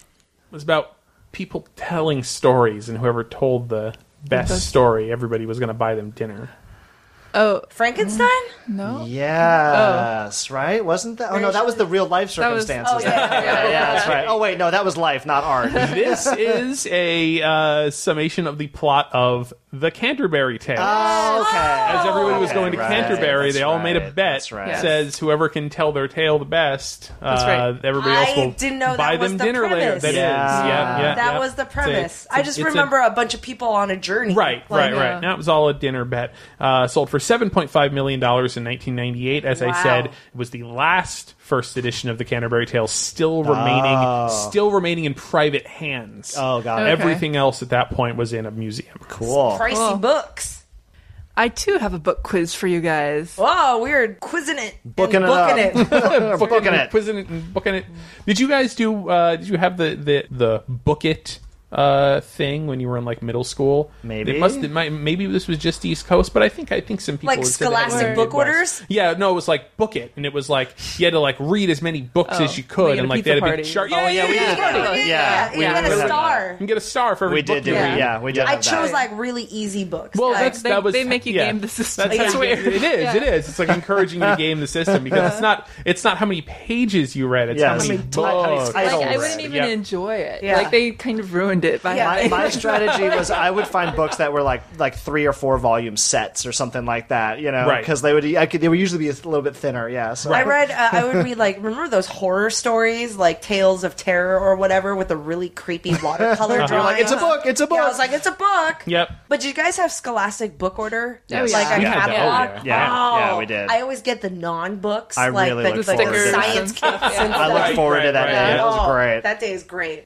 Speaker 4: was about people telling stories, and whoever told the best story, everybody was going to buy them dinner.
Speaker 3: Oh
Speaker 1: Frankenstein?
Speaker 3: no.
Speaker 2: Yes, right? Wasn't that? Oh no, that was the real life
Speaker 3: was-
Speaker 2: circumstances.
Speaker 1: Oh, yeah, yeah, yeah.
Speaker 2: That's right. Oh wait, no, that was life, not art.
Speaker 4: this is a uh, summation of the plot of the Canterbury Tales.
Speaker 1: Ah.
Speaker 2: Oh, okay.
Speaker 4: As everybody was
Speaker 2: Okay,
Speaker 4: going to
Speaker 2: right,
Speaker 4: Canterbury, they
Speaker 2: that's
Speaker 4: all made a
Speaker 2: right,
Speaker 4: bet.
Speaker 2: that's right.
Speaker 3: Yes.
Speaker 4: Says whoever can tell their tale the best, uh,
Speaker 3: right.
Speaker 4: everybody else
Speaker 1: I
Speaker 4: will
Speaker 1: didn't know that
Speaker 4: buy
Speaker 1: was
Speaker 4: them
Speaker 1: the
Speaker 4: dinner later.
Speaker 1: premise.
Speaker 4: That is,
Speaker 2: Yeah.
Speaker 4: yeah, yeah,
Speaker 1: That
Speaker 4: yeah.
Speaker 1: was the
Speaker 4: It's a-
Speaker 1: premise.
Speaker 4: it's
Speaker 1: I just
Speaker 4: it's
Speaker 1: remember a, bunch of people on a journey.
Speaker 4: Right,
Speaker 1: Like,
Speaker 4: right, right.
Speaker 3: uh,
Speaker 4: That was all a dinner bet. Uh, sold for seven point five million dollars in nineteen ninety eight. As
Speaker 1: Wow.
Speaker 4: I said, it was the last first edition of the Canterbury Tales, still remaining, still remaining in private hands.
Speaker 2: Oh god.
Speaker 3: Okay.
Speaker 4: Everything else at that point was in a museum.
Speaker 2: Cool.
Speaker 1: Pricey
Speaker 3: Cool.
Speaker 1: books.
Speaker 3: I too have a book quiz for you guys.
Speaker 1: Whoa, we are quizzing it. and
Speaker 2: Booking it
Speaker 1: booking it.
Speaker 2: Booking it.
Speaker 4: Quizzing it and booking it. Did you guys do? Uh, did you have the the the book it? Uh, thing when you were in like middle school,
Speaker 2: Maybe.
Speaker 4: it must. It might, maybe this was just East Coast, but I think I think some people
Speaker 1: Like
Speaker 4: would say that it was
Speaker 1: Scholastic
Speaker 4: the
Speaker 1: book
Speaker 4: Midwest.
Speaker 1: orders?
Speaker 4: Yeah, no, it was like book it, and it was like you had to like read as many books
Speaker 3: Oh,
Speaker 4: as you
Speaker 3: we
Speaker 4: could,
Speaker 3: had
Speaker 4: and
Speaker 3: a
Speaker 4: like
Speaker 3: pizza
Speaker 4: they had a big
Speaker 3: party.
Speaker 4: chart.
Speaker 3: Oh,
Speaker 4: Yeah,
Speaker 3: yeah,
Speaker 4: yeah,
Speaker 3: we
Speaker 4: yeah,
Speaker 3: had a
Speaker 4: yeah.
Speaker 3: party.
Speaker 1: Yeah,
Speaker 2: Yeah,
Speaker 1: you
Speaker 2: we
Speaker 1: got
Speaker 2: did
Speaker 1: a
Speaker 2: have
Speaker 1: star.
Speaker 4: You can get a star for every
Speaker 2: We did,
Speaker 4: book you
Speaker 2: did
Speaker 4: read.
Speaker 2: we? Yeah, we did.
Speaker 1: I
Speaker 2: have that.
Speaker 1: chose like really easy books.
Speaker 4: Well,
Speaker 1: Like,
Speaker 4: that's
Speaker 3: they-
Speaker 4: that was
Speaker 3: they make you
Speaker 4: yeah.
Speaker 3: game the system.
Speaker 4: That's
Speaker 3: It's
Speaker 4: how you-
Speaker 3: weird.
Speaker 4: It is.
Speaker 3: Yeah.
Speaker 4: It is. It's like encouraging you to game the system because
Speaker 1: Uh-huh.
Speaker 4: it's not. It's not how many pages you read. It's
Speaker 2: Yeah,
Speaker 4: how
Speaker 2: it's
Speaker 4: many
Speaker 2: ti- how many
Speaker 4: books.
Speaker 2: titles.
Speaker 3: Like, I
Speaker 2: Alright,
Speaker 3: wouldn't even
Speaker 4: yeah.
Speaker 3: enjoy it.
Speaker 1: Yeah.
Speaker 3: Like they kind of ruined it by
Speaker 1: Yeah.
Speaker 2: my, my strategy was I would find books that were like like three or four volume sets or something like that, you know,
Speaker 4: Right.
Speaker 2: because they would I could, they would usually be a little bit thinner. Yeah, so
Speaker 1: I read. Uh, I would read like remember those horror stories, like Tales of Terror or whatever, with the really creepy watercolor drawing.
Speaker 2: Uh-huh.
Speaker 1: Uh-huh.
Speaker 2: like, "It's a book, it's a
Speaker 1: I
Speaker 2: book."
Speaker 1: was like, it's a book.
Speaker 4: Yep.
Speaker 1: But did you guys have Scholastic book order?
Speaker 3: Yes.
Speaker 1: Like a
Speaker 4: We had that. Oh,
Speaker 1: catalog.
Speaker 2: yeah. Yeah.
Speaker 1: Oh,
Speaker 2: Yeah, we did.
Speaker 1: I always get the non-books,
Speaker 2: I
Speaker 1: like
Speaker 2: really
Speaker 1: the,
Speaker 2: looked
Speaker 1: like,
Speaker 2: forward
Speaker 3: to that.
Speaker 1: science kits. and
Speaker 2: I
Speaker 1: stuff.
Speaker 2: looked
Speaker 4: Right,
Speaker 2: forward to
Speaker 4: right,
Speaker 2: that
Speaker 4: right.
Speaker 2: day. That was
Speaker 1: Oh,
Speaker 2: great.
Speaker 1: That day is great.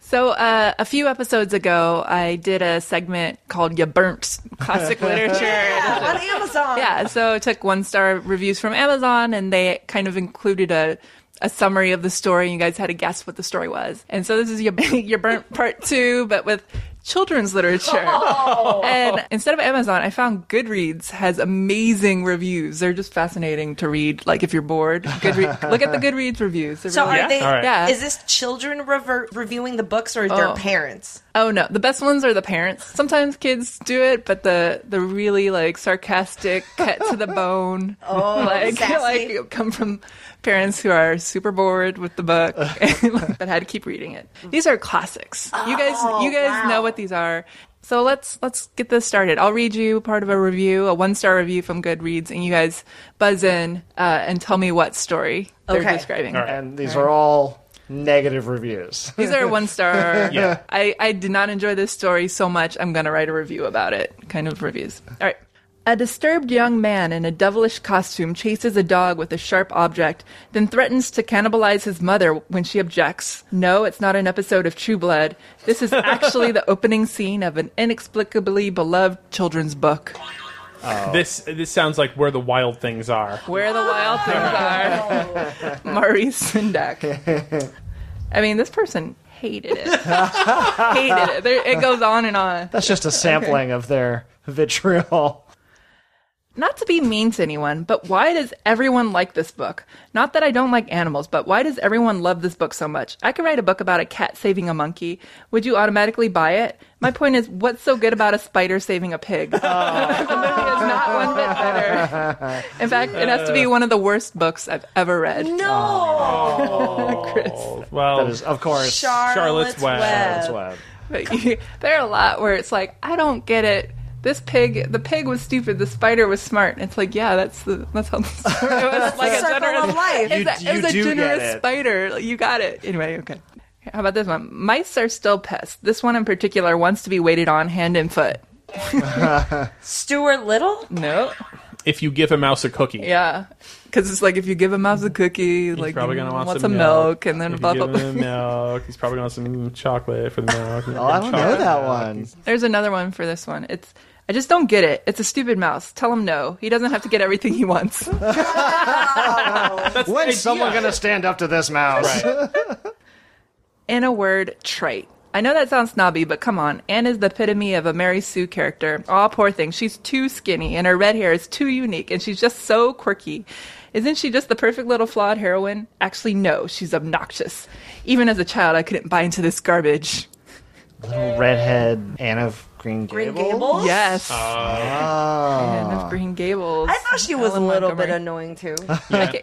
Speaker 3: So uh, a few episodes ago, I did a segment called "You Burnt Classic Literature."
Speaker 1: Yeah, on Amazon.
Speaker 3: yeah so i took one star reviews from amazon and they kind of included a a summary of the story and you guys had to guess what the story was and so this is your, your burnt part two but with children's literature
Speaker 1: Oh.
Speaker 3: and instead of amazon i found goodreads has amazing reviews they're just fascinating to read like if you're bored Goodre- look at the goodreads reviews They're
Speaker 1: So
Speaker 3: really-
Speaker 1: are they?
Speaker 4: All right.
Speaker 3: Yeah.
Speaker 1: Is this children rever- reviewing the books or their parents?
Speaker 3: oh no the best ones are the parents sometimes kids do it but the the really like sarcastic cut to the bone
Speaker 1: Oh,
Speaker 3: like,
Speaker 1: sassy.
Speaker 3: like come from parents who are super bored with the book but had to keep reading it. These are classics. you
Speaker 1: Oh,
Speaker 3: guys you guys know what these are. So let's let's get this started. I'll read you part of a review, a one star review from Goodreads, and you guys buzz in uh, and tell me what story they're
Speaker 1: Okay.
Speaker 3: describing.
Speaker 2: and these are all negative reviews.
Speaker 3: These are one star.
Speaker 4: Yeah.
Speaker 3: I, I did not enjoy this story so much, I'm going to write a review about it kind of reviews. All right. A disturbed young man in a devilish costume chases a dog with a sharp object, then threatens to cannibalize his mother when she objects. No, it's not an episode of True Blood. This is actually the opening scene of an inexplicably beloved children's book.
Speaker 4: This this sounds like where the wild things are.
Speaker 3: Where the Wild Things Are. Maurice Sendak. I mean, this person hated it. hated it. There, it goes on and on.
Speaker 2: That's just a sampling of their vitriol.
Speaker 3: Not to be mean to anyone, but why does everyone like this book? Not that I don't like animals, but why does everyone love this book so much? I could write a book about a cat saving a monkey. Would you automatically buy it? My point is, what's so good about a spider saving a pig? the movie is not one bit better. In fact, it has to be one of the worst books I've ever read.
Speaker 1: No,
Speaker 4: Oh, well,
Speaker 2: That is, of course.
Speaker 1: Charlotte's,
Speaker 4: Charlotte's Web.
Speaker 2: That's
Speaker 1: Web.
Speaker 2: why.
Speaker 3: But you, there are a lot where it's like, I don't get it. This pig, the pig was stupid. The spider was smart. And it's like, yeah, that's the that's how the story it was. Like a
Speaker 1: Circle
Speaker 3: generous,
Speaker 1: of life.
Speaker 3: It was a,
Speaker 2: You-
Speaker 3: it was
Speaker 2: you do
Speaker 3: a
Speaker 2: get
Speaker 3: generous
Speaker 2: it.
Speaker 3: spider. Like, you got it. Anyway, okay. How about this one? Mice are still pests. This one in particular wants to be waited on hand and foot.
Speaker 1: Stuart Little.
Speaker 3: No,
Speaker 4: if you give a mouse a cookie,
Speaker 3: yeah, because it's like if you give a mouse a cookie,
Speaker 4: he's
Speaker 3: like
Speaker 4: probably gonna want
Speaker 3: wants
Speaker 4: some
Speaker 3: a milk, and then
Speaker 4: If you
Speaker 3: blah blah.
Speaker 4: give
Speaker 3: blah.
Speaker 4: him milk. He's probably gonna want some chocolate for the milk.
Speaker 2: Oh, I don't know that one.
Speaker 3: There's another one for this one. It's I just don't get it. It's a stupid mouse. Tell him no. He doesn't have to get everything he wants.
Speaker 2: When's someone going to stand up to this mouse?
Speaker 3: In a word, trite. I know that sounds snobby, but come on. Anne is the epitome of a Mary Sue character. Aw, poor thing. She's too skinny, and her red hair is too unique, and she's just so quirky. Isn't she just the perfect little flawed heroine? Actually, no. She's obnoxious. Even as a child, I couldn't buy into this garbage.
Speaker 2: Redhead Anne of Green
Speaker 1: Green
Speaker 2: Gables.
Speaker 1: Gables.
Speaker 3: Yes.
Speaker 2: Ah.
Speaker 3: Anne of Green Gables.
Speaker 1: I thought she was
Speaker 3: Ellen
Speaker 1: a little
Speaker 3: Montgomery.
Speaker 1: bit annoying too.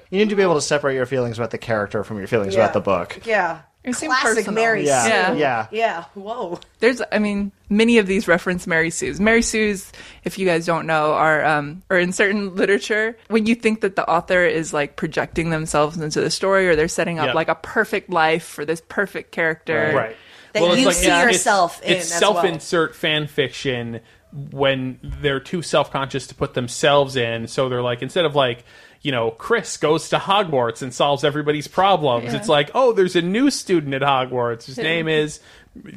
Speaker 2: You need to be able to separate your feelings about the character from your feelings
Speaker 1: Yeah.
Speaker 2: about the book.
Speaker 1: Yeah.
Speaker 3: It seemed
Speaker 1: Classic
Speaker 3: personal.
Speaker 1: Mary
Speaker 2: Yeah.
Speaker 1: Sue.
Speaker 3: Yeah.
Speaker 2: Yeah.
Speaker 1: Yeah. Whoa.
Speaker 3: there's i mean many of these reference mary sue's mary sue's if you guys don't know are um are in certain literature when you think that the author is like projecting themselves into the story or they're setting up
Speaker 4: Yeah.
Speaker 3: like a perfect life for this perfect character
Speaker 4: Right.
Speaker 1: That you see yourself
Speaker 4: it's, It's
Speaker 1: in as well.
Speaker 4: self-insert fan fiction when they're too self-conscious to put themselves in. So they're like, instead of like, you know, Chris goes to Hogwarts and solves everybody's problems. It's like, oh, there's a new student at Hogwarts. His name is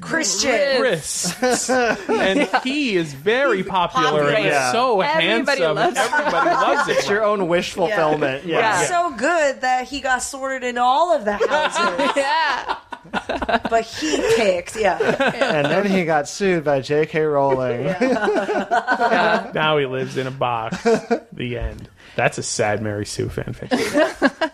Speaker 1: Christian.
Speaker 4: Chris, and he is very popular, and
Speaker 1: Popular.
Speaker 4: he's so
Speaker 3: Everybody
Speaker 4: handsome.
Speaker 3: loves him.
Speaker 4: Everybody loves
Speaker 2: It's
Speaker 4: it.
Speaker 2: your own wish fulfillment. Yeah.
Speaker 3: Yeah.
Speaker 1: So good that he got sorted in all of the houses,
Speaker 3: yeah
Speaker 1: but he picked. Yeah.
Speaker 2: And then he got sued by J.K. Rowling.
Speaker 4: Now he lives in a box. the end. That's a sad Mary Sue fanfiction.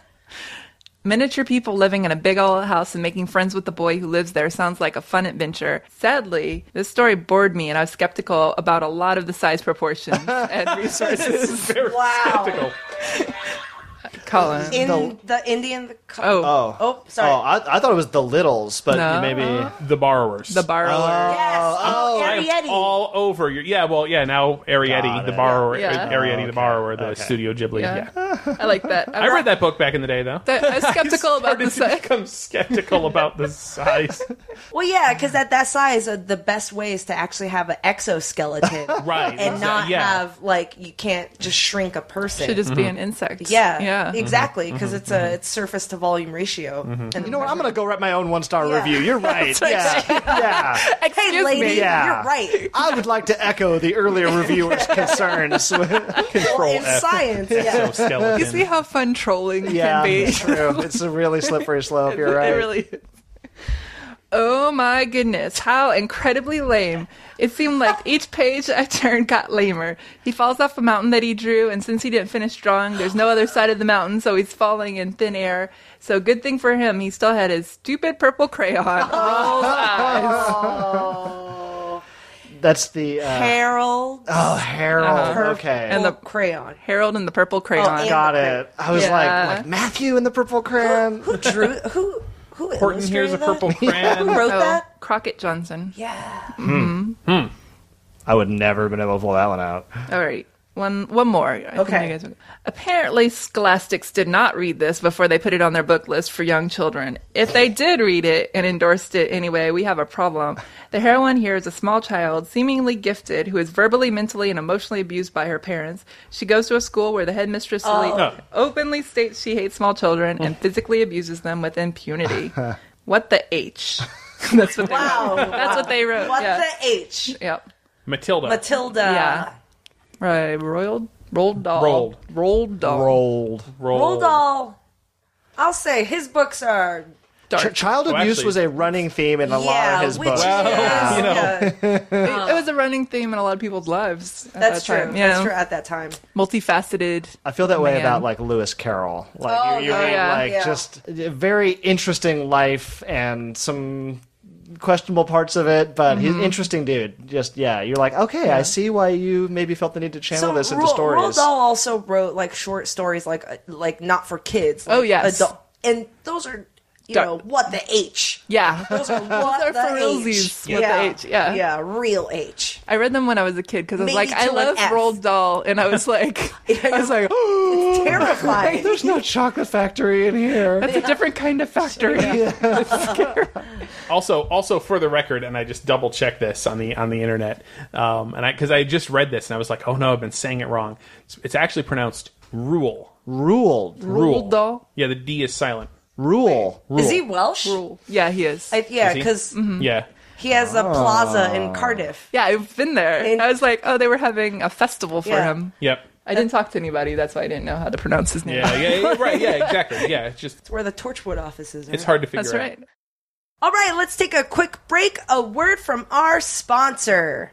Speaker 3: miniature people living in a big old house and making friends with the boy who lives there sounds like a fun adventure sadly this story bored me and i was skeptical about a lot of the size proportions and resources
Speaker 1: Wow.
Speaker 3: colin
Speaker 1: In the, Indian. The co-
Speaker 3: oh,
Speaker 2: Oh.
Speaker 1: Oh, sorry.
Speaker 2: Oh, I, I thought it was the Littles, but
Speaker 3: No.
Speaker 2: maybe.
Speaker 4: The borrowers.
Speaker 3: the borrower
Speaker 1: yes. Oh,
Speaker 4: I am
Speaker 1: Arrietty.
Speaker 4: all over your. Yeah, well, yeah. Now Arietti,
Speaker 2: Got
Speaker 4: the
Speaker 2: it.
Speaker 4: borrower,
Speaker 3: Yeah.
Speaker 4: Arietti, the borrower, the
Speaker 2: Okay.
Speaker 4: Studio Ghibli.
Speaker 3: Yeah.
Speaker 4: Yeah.
Speaker 3: i like that
Speaker 4: I read that book back in the day, though.
Speaker 3: i was skeptical about
Speaker 4: Started
Speaker 3: the
Speaker 4: to
Speaker 3: size
Speaker 4: become skeptical about the size.
Speaker 1: Well, yeah, because at that size, uh, the best way is to actually have an exoskeleton,
Speaker 4: Right,
Speaker 1: And
Speaker 4: exa-
Speaker 1: not
Speaker 4: yeah.
Speaker 1: have like you can't just shrink a person.
Speaker 3: should just
Speaker 2: Mm-hmm.
Speaker 3: be an insect.
Speaker 1: yeah,
Speaker 3: Yeah. Mm-hmm.
Speaker 1: exactly, because it's a it's surface to volume ratio. And
Speaker 2: You know what? I'm going to go write my own one star
Speaker 1: Yeah.
Speaker 2: review. You're right. yeah. yeah.
Speaker 1: hey,
Speaker 3: Excuse
Speaker 1: lady,
Speaker 3: me.
Speaker 2: Yeah.
Speaker 1: you're right.
Speaker 2: I would like to echo the earlier reviewer's concerns.
Speaker 1: Well,
Speaker 4: Control
Speaker 1: in
Speaker 4: F.
Speaker 1: science, yeah.
Speaker 4: Skeleton.
Speaker 3: You see how fun trolling
Speaker 2: yeah,
Speaker 3: can be.
Speaker 2: it's true. It's a really slippery slope. You're right.
Speaker 3: It really is. Oh my goodness, how incredibly lame. It seemed like each page I turned got lamer. He falls off a mountain that he drew, and since he didn't finish drawing, there's no other side of the mountain, so he's falling in thin air. So good thing for him, he still had his stupid purple crayon. Rolls eyes.
Speaker 2: That's the. Uh,
Speaker 1: Oh, Harold
Speaker 2: oh, Harold.
Speaker 1: Uh-huh.
Speaker 2: Okay.
Speaker 3: And the-
Speaker 1: crayon.
Speaker 3: Harold Oh, and the purple crayon.
Speaker 1: and-
Speaker 2: Got it. I was
Speaker 3: Yeah.
Speaker 2: like, like Matthew and the Purple Crayon.
Speaker 1: Who drew? Who? Who?
Speaker 4: Horton
Speaker 1: illustrated
Speaker 4: here's a
Speaker 1: that?
Speaker 4: purple crayon.
Speaker 1: Who wrote
Speaker 3: Oh,
Speaker 1: that?
Speaker 3: Crockett Johnson.
Speaker 1: Yeah.
Speaker 2: I would never have been able to pull that one out.
Speaker 3: All right. One one more. I think
Speaker 1: Okay.
Speaker 3: you guys will- Apparently scholastics did not read this before they put it on their book list for young children. If they did read it and endorsed it anyway, we have a problem. The heroine here is a small child, seemingly gifted, who is verbally, mentally, and emotionally abused by her parents. She goes to a school where the headmistress
Speaker 1: Oh.
Speaker 3: le- openly states she hates small children and physically abuses them with impunity. what the H? That's what they
Speaker 1: Wow.
Speaker 3: wrote. That's what they wrote.
Speaker 1: What
Speaker 3: yeah.
Speaker 1: the H?
Speaker 3: Yep.
Speaker 4: Matilda.
Speaker 1: Matilda.
Speaker 3: Yeah. Right, roiled, rolled doll,
Speaker 4: Rolled.
Speaker 3: rolled doll,
Speaker 2: Rolled.
Speaker 4: Roll.
Speaker 1: Roldal. I'll say his books are
Speaker 2: Ch-
Speaker 3: dark.
Speaker 2: child
Speaker 4: Well,
Speaker 2: abuse
Speaker 4: actually-
Speaker 2: was a running theme in a lot
Speaker 1: yeah,
Speaker 2: of his
Speaker 1: which
Speaker 2: books.
Speaker 1: is,
Speaker 4: you know.
Speaker 1: yeah.
Speaker 3: it was a a running theme in a lot of people's lives. At
Speaker 1: That's
Speaker 3: that
Speaker 1: true.
Speaker 3: time, you
Speaker 1: That's
Speaker 3: know?
Speaker 1: true at that time.
Speaker 3: Multifaceted.
Speaker 2: I feel that way
Speaker 3: Man.
Speaker 2: about like Lewis Carroll. Like
Speaker 1: Oh,
Speaker 2: you, you
Speaker 1: yeah.
Speaker 2: read,
Speaker 3: Yeah.
Speaker 2: like
Speaker 1: Yeah.
Speaker 2: just a very interesting life and some questionable parts of it, but
Speaker 3: Mm-hmm.
Speaker 2: he's an interesting dude. Just yeah, you're like, okay, I see why you maybe felt the need to channel this into
Speaker 1: Ro- Roald
Speaker 2: stories.
Speaker 1: Dahl also wrote like short stories, like uh, like not for kids. Like,
Speaker 3: Oh, yes.
Speaker 1: adult, and those are you
Speaker 3: Dark.
Speaker 1: know what the H.
Speaker 3: Yeah.
Speaker 1: Those are what
Speaker 3: are
Speaker 1: the
Speaker 3: for
Speaker 1: H.
Speaker 3: realsies, what the H, yeah.
Speaker 1: yeah, real H.
Speaker 3: I read them when I was a kid because I was
Speaker 1: Maybe
Speaker 3: like, I
Speaker 1: to an
Speaker 3: love
Speaker 1: F.
Speaker 3: Roald Dahl, and I was like, I was like, "Oh,
Speaker 1: Terrifying.
Speaker 2: There's no chocolate factory in here.
Speaker 3: that's a different kind of factory.
Speaker 4: Also, also for the record, and I just double checked this on the on the internet, um, and I because I had just read this and I was like, oh no, I've been saying it wrong. It's, it's actually pronounced rule.
Speaker 2: Ruled.
Speaker 4: Rule.
Speaker 3: Dahl?
Speaker 4: Yeah, the D is silent.
Speaker 2: Rule.
Speaker 1: Is he Welsh?
Speaker 3: Yeah, he is.
Speaker 1: I, yeah,
Speaker 4: he?
Speaker 1: because
Speaker 3: Mm-hmm.
Speaker 4: Yeah.
Speaker 1: he has a plaza in Cardiff.
Speaker 3: yeah, I've been there.
Speaker 1: And-
Speaker 3: I was like, oh, they were having a festival for
Speaker 1: Yeah.
Speaker 3: him.
Speaker 4: Yep.
Speaker 3: I didn't talk to anybody. That's why I didn't know how to pronounce his name.
Speaker 4: Yeah, yeah, yeah, right. Yeah, exactly. Yeah, it's just
Speaker 1: It's where the Torchwood office is.
Speaker 4: it's
Speaker 1: right?
Speaker 4: hard to figure
Speaker 3: That's
Speaker 4: out.
Speaker 3: right.
Speaker 1: All right, let's take a quick break. A word from our sponsor.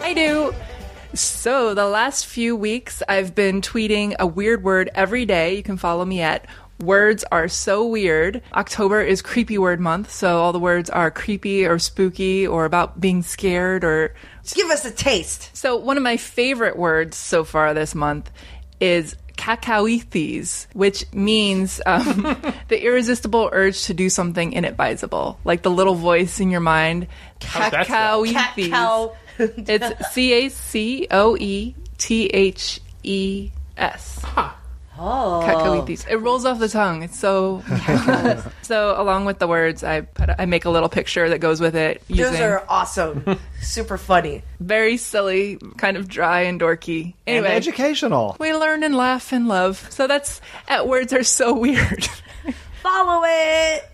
Speaker 3: I do. So, the last few weeks, I've been tweeting a weird word every day. You can follow me at Words Are So Weird. October is Creepy Word Month, so all the words are creepy or spooky or about being scared or.
Speaker 1: Just give us a taste.
Speaker 3: So, one of my favorite words so far this month is cacahuites, which means um, the irresistible urge to do something inadvisable, like the little voice in your mind.
Speaker 4: How's that spelled?
Speaker 3: Cacahuites.
Speaker 1: Cow.
Speaker 3: It's C A C O E T H E S. Oh. Cacahuites. It rolls off the tongue. It's so. so along with the words, I put, I make a little picture that goes with it. Using
Speaker 1: Those are awesome. Super funny.
Speaker 3: very silly, kind of dry and dorky.
Speaker 2: And
Speaker 3: Anyway,
Speaker 2: educational.
Speaker 3: we learn and laugh and love. So that's at words are so weird.
Speaker 1: Follow it.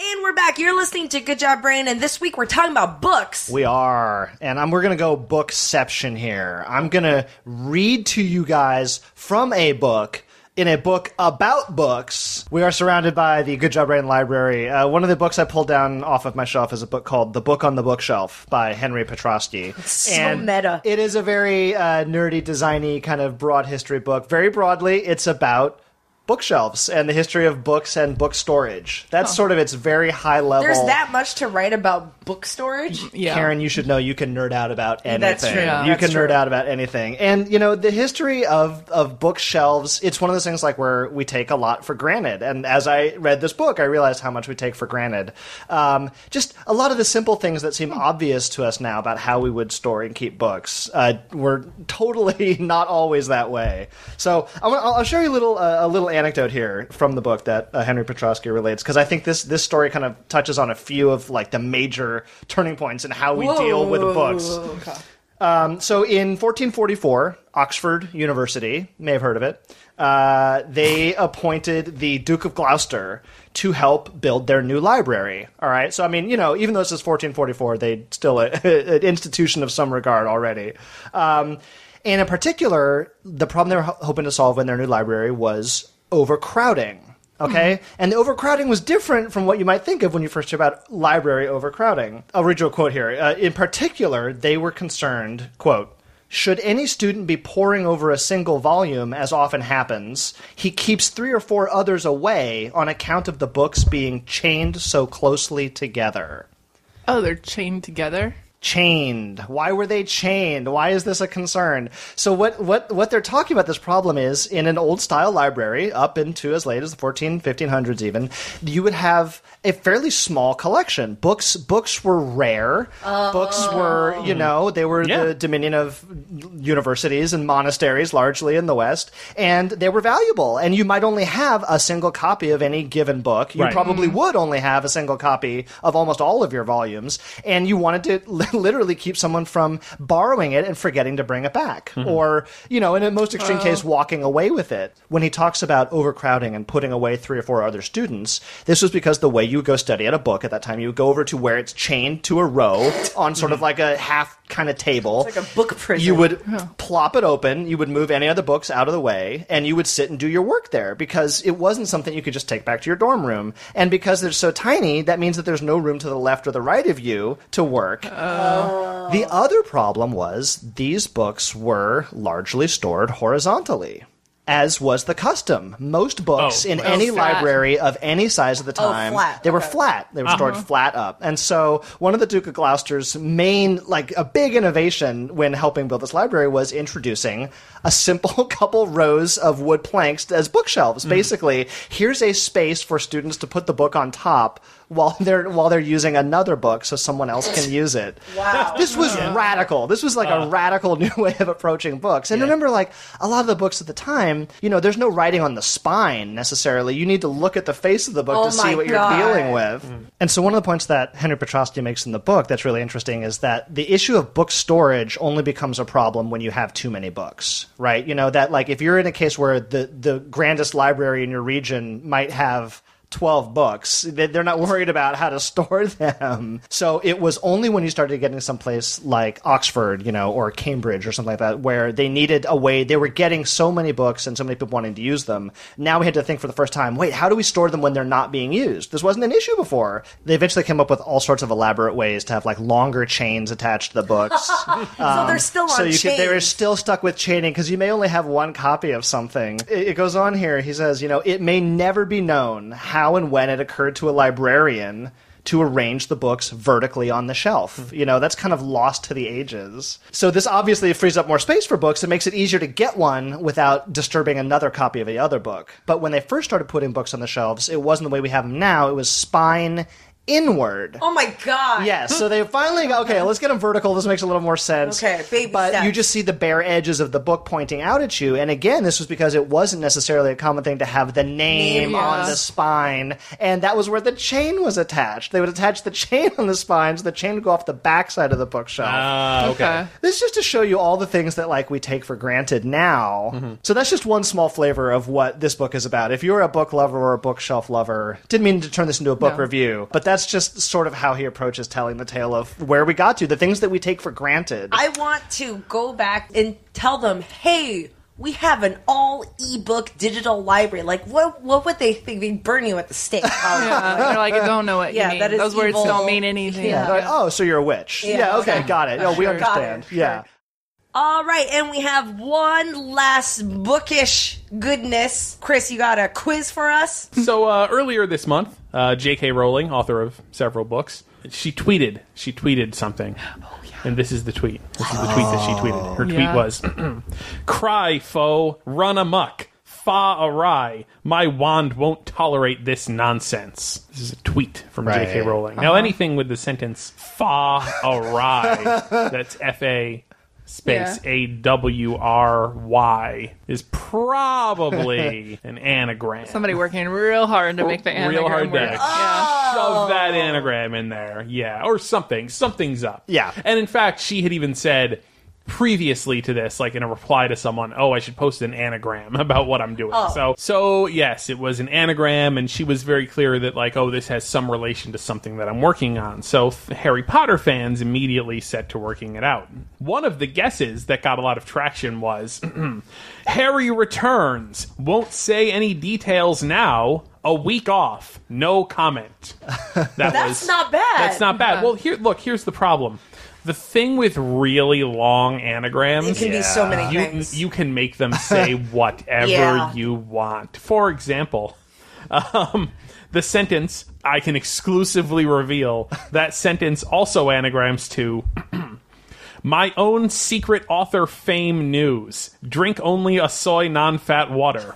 Speaker 1: And we're back. You're listening to Good Job Brain, and this week we're talking about books.
Speaker 2: We are. And I'm, we're going to go bookception here. I'm going to read to you guys from a book. In a book about books, we are surrounded by the Good Job Brain Library. Uh, one of the books I pulled down off of my shelf is a book called The Book on the Bookshelf by Henry Petrosky. So
Speaker 1: meta.
Speaker 2: It is a very uh, nerdy, designy kind of broad history book. Very broadly, it's about bookshelves and the history of books and book storage. That's sort of its very high level.
Speaker 1: There's that much to write about book storage.
Speaker 3: yeah.
Speaker 2: Karen, you should know you can nerd out about anything.
Speaker 1: That's true. Yeah,
Speaker 2: You
Speaker 1: that's
Speaker 2: can nerd
Speaker 1: true.
Speaker 2: out about anything. And you know, the history of of bookshelves, it's one of those things like where we take a lot for granted. And as I read this book, I realized how much we take for granted. Um, just a lot of the simple things that seem obvious to us now about how we would store and keep books uh, were totally not always that way. So I'm gonna, I'll I'll share you a little uh, a little anecdote here from the book that uh, Henry Petrosky relates because I think this this story kind of touches on a few of like the major turning points in how we deal with books. Um, so in 1444, Oxford University may have heard of it. Uh, they appointed the Duke of Gloucester to help build their new library. All right, so I mean, you know, even though this is 1444, they still a, an institution of some regard already. Um, and in particular, the problem they were ho- hoping to solve in their new library was overcrowding. Okay? And the overcrowding was different from what you might think of when you first hear about library overcrowding. I'll read you a quote here. Uh, in particular, they were concerned, quote, Should any student be poring over a single volume, as often happens, he keeps three or four others away on account of the books being chained so closely together.
Speaker 3: Oh, they're chained together.
Speaker 2: chained why were they chained why is this a concern so what what what they're talking about this problem is in an old style library up into as late as the 14 1500s even you would have a fairly small collection books books were rare books were you know they were
Speaker 4: Yeah.
Speaker 2: the dominion of universities and monasteries largely in the west and they were valuable and you might only have a single copy of any given book you
Speaker 4: Right.
Speaker 2: probably probably would only have a single copy of almost all of your volumes, and you wanted to li- literally keep someone from borrowing it and forgetting to bring it back, or you know, in a most extreme case, walking away with it. When he talks about overcrowding and putting away three or four other students, this was because the way you would go study at a book at that time, you would go over to where it's chained to a row on sort of like a half kind of table,
Speaker 1: Mm. It's like a book prison.
Speaker 2: you would plop it open, you would move any other books out of the way, and you would sit and do your work there because it wasn't something you could just take back to your dorm room. And because they're so tiny, that means that there's no room to the left or the right of you to work.
Speaker 1: Oh.
Speaker 3: Oh.
Speaker 2: The other problem was these books were largely stored horizontally. As was the custom. Most books
Speaker 4: Oh,
Speaker 2: in
Speaker 4: flat.
Speaker 2: any
Speaker 3: Oh, flat. Oh,
Speaker 2: library of any size at the time,
Speaker 1: flat.
Speaker 2: they were
Speaker 1: Okay. Uh-huh.
Speaker 2: flat. They were stored flat up. And so one of the Duke of Gloucester's main, like a big innovation when helping build this library was introducing a simple couple rows of wood planks as bookshelves.
Speaker 1: Mm.
Speaker 2: Basically, here's a space for students to put the book on top while they're while they're using another book so someone else can use it. Wow. This was
Speaker 1: Uh-huh.
Speaker 2: radical. This was like a radical new way of approaching books. And remember like a lot of the books at the time, you know, there's no writing on the spine necessarily. You need to look at the face of the book
Speaker 1: Oh
Speaker 2: to see
Speaker 1: my
Speaker 2: what
Speaker 1: God.
Speaker 2: you're dealing with. And so one of the points that Henry Petrosky makes in the book that's really interesting is that the issue of book storage only becomes a problem when you have too many books, right? You know that like if you're in a case where the the grandest library in your region might have 12 books. they- They're not worried about how to store them. So it was only when you started getting someplace like Oxford, you know, or Cambridge or something like that, where they needed a way, they were getting so many books and so many people wanting to use them. Now we had to think for the first time wait, how do we store them when they're not being used? This wasn't an issue before. They eventually came up with all sorts of elaborate ways to have like longer chains attached to the books.
Speaker 1: so they're still on
Speaker 2: so you could, they were
Speaker 1: chains.
Speaker 2: still stuck with chaining because you may only have one copy of something. It, it goes on here. He says, you know, it may never be known how and when it occurred to a librarian to arrange the books vertically on the shelf. You know, that's kind of lost to the ages. So this obviously frees up more space for books. It makes it easier to get one without disturbing another copy of the other book. But when they first started putting books on the shelves, it wasn't the way we have them now. It was spine inward.
Speaker 1: oh my god.
Speaker 2: Yes, so they finally got okay. Let's get them vertical. This makes a little more sense.
Speaker 1: Okay, baby
Speaker 2: But
Speaker 1: steps.
Speaker 2: you just see the bare edges of the book pointing out at you. And again, this was because it wasn't necessarily a common thing to have the name on the spine, and that was where the chain was attached. They would attach the chain on the spine, so the chain would go off the backside of the bookshelf.
Speaker 4: Ah, okay.
Speaker 2: This is just to show you all the things that like we take for granted now. So that's just one small flavor of what this book is about. If you're a book lover or a bookshelf lover, didn't mean to turn this into a book
Speaker 3: No.
Speaker 2: review, but that's just sort of how he approaches telling the tale of where we got to, the things that we take for granted.
Speaker 1: I want to go back and tell them, hey, we have an all ebook digital library. Like, what what would they think? They'd burn you at the stake. probably.
Speaker 3: Yeah, they're like, I don't know what
Speaker 1: Yeah,
Speaker 3: you mean.
Speaker 1: that is
Speaker 3: Those words
Speaker 1: evil.
Speaker 3: don't mean anything.
Speaker 2: yeah. they're like, oh, so you're a witch. Yeah, okay, got it. No, we
Speaker 1: Got it,
Speaker 2: understand. Yeah.
Speaker 1: All right, and we have one last bookish goodness. Chris, you got a quiz for us?
Speaker 4: So uh, earlier this month, uh, J.K. Rowling, author of several books, she tweeted. She tweeted something, and this is the tweet. This is the tweet that she tweeted. Her tweet
Speaker 3: Oh, Yeah.
Speaker 4: was, "Cry, foe, run amok, fa awry. My wand won't tolerate this nonsense." This is a tweet from J.K.
Speaker 2: Right.
Speaker 4: Rowling. Now,
Speaker 3: Uh-huh.
Speaker 4: anything with the sentence "fa awry," that's F A. Space
Speaker 3: Yeah.
Speaker 4: A W R Y is probably an anagram
Speaker 3: Somebody working real hard to make the anagram
Speaker 4: real hard
Speaker 3: work.
Speaker 4: to
Speaker 3: Yeah.
Speaker 4: shove that anagram in there. Yeah, or something. Something's up.
Speaker 2: Yeah.
Speaker 4: And in fact, she had even said previously to this, like in a reply to someone, "Oh, I should post an anagram about what I'm doing." So, so yes, it was an anagram, and she was very clear that like, "Oh, this has some relation to something that I'm working on." So, f- Harry Potter fans immediately set to working it out. One of the guesses that got a lot of traction was. Harry returns. Won't say any details now. A week off. No comment. That
Speaker 1: That's
Speaker 4: was-
Speaker 1: not bad.
Speaker 4: That's not bad. Well, here, look. Here's the problem. the thing with really long anagrams
Speaker 1: It can be so many
Speaker 4: you,
Speaker 1: things.
Speaker 4: you can make them say whatever
Speaker 1: Yeah.
Speaker 4: you want. For example, um, the sentence I can exclusively reveal that sentence also anagrams to my own secret author fame news. Drink only a soy non-fat water.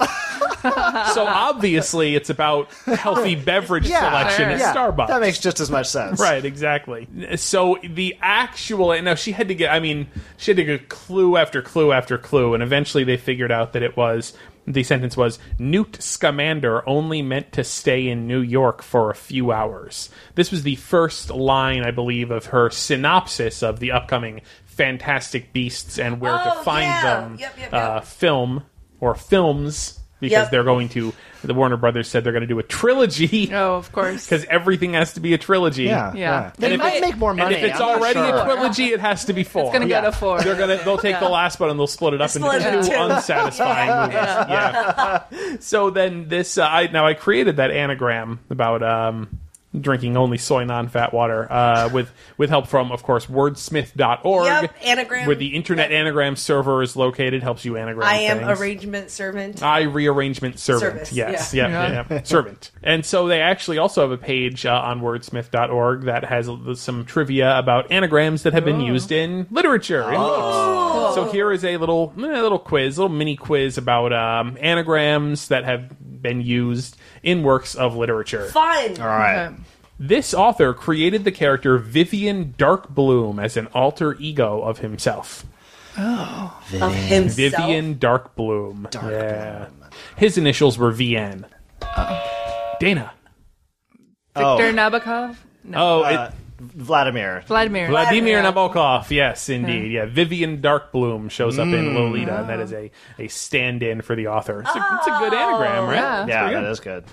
Speaker 4: so obviously, it's about healthy beverage selection at
Speaker 2: yeah,
Speaker 4: Starbucks.
Speaker 2: That makes just as much sense.
Speaker 4: Right, exactly. So the actual and now she had to get I mean, she had to get clue after clue after clue and eventually they figured out that it was the sentence was Newt Scamander only meant to stay in New York for a few hours. This was the first line, I believe, of her synopsis of the upcoming Fantastic Beasts and Where
Speaker 1: Oh,
Speaker 4: to Find
Speaker 1: yeah.
Speaker 4: Them
Speaker 1: Yep, yep, yep.
Speaker 4: Uh, film or films because
Speaker 1: Yep.
Speaker 4: they're going to the Warner Brothers said they're going to do a trilogy
Speaker 3: Oh, of course.
Speaker 4: because everything has to be a trilogy.
Speaker 2: Yeah.
Speaker 3: Yeah.
Speaker 2: yeah.
Speaker 3: They
Speaker 2: They might
Speaker 3: might-
Speaker 2: make more money.
Speaker 4: And if it's
Speaker 2: I'm not
Speaker 4: already a
Speaker 2: sure.
Speaker 4: trilogy, it has to be four.
Speaker 3: It's gonna
Speaker 2: Yeah.
Speaker 3: go to four.
Speaker 4: They're gonna they'll take the last one and they'll split it up
Speaker 1: Split it
Speaker 4: into
Speaker 1: in
Speaker 4: two
Speaker 1: two.
Speaker 4: unsatisfying movies. Yeah. So then this uh, I now I created that anagram about um drinking only soy non-fat water uh, with with help from of course wordsmith.org
Speaker 1: Yep, anagram.
Speaker 4: where the internet anagram server is located helps you anagram
Speaker 1: I am
Speaker 4: things.
Speaker 1: arrangement servant.
Speaker 4: I rearrangement servant.
Speaker 1: Service,
Speaker 4: Yes,
Speaker 1: yeah.
Speaker 4: yeah, yeah, yeah. servant. And so they actually also have a page uh, on wordsmith.org that has l- some trivia about anagrams that have been used in literature. in
Speaker 1: Oh.
Speaker 4: books. So here is a little, eh, a little quiz, little mini quiz about um, anagrams that have been used in works of literature.
Speaker 1: Fun.
Speaker 2: All right.
Speaker 4: This author created the character Vivian Darkbloom as an alter ego of himself.
Speaker 1: Of himself.
Speaker 4: Vivian Darkbloom. yeah. His initials were VN. Dana.
Speaker 3: Victor Nabokov? No.
Speaker 4: Oh, it,
Speaker 2: uh, Vladimir.
Speaker 3: Vladimir.
Speaker 4: Vladimir Nabokov. Yes, indeed. Yeah, Vivian Darkbloom shows up in Lolita, and that is a, a stand in for the author. It's a, it's a good anagram, right?
Speaker 3: yeah.
Speaker 4: It's
Speaker 2: yeah,
Speaker 4: pretty
Speaker 2: that
Speaker 4: good.
Speaker 2: is good.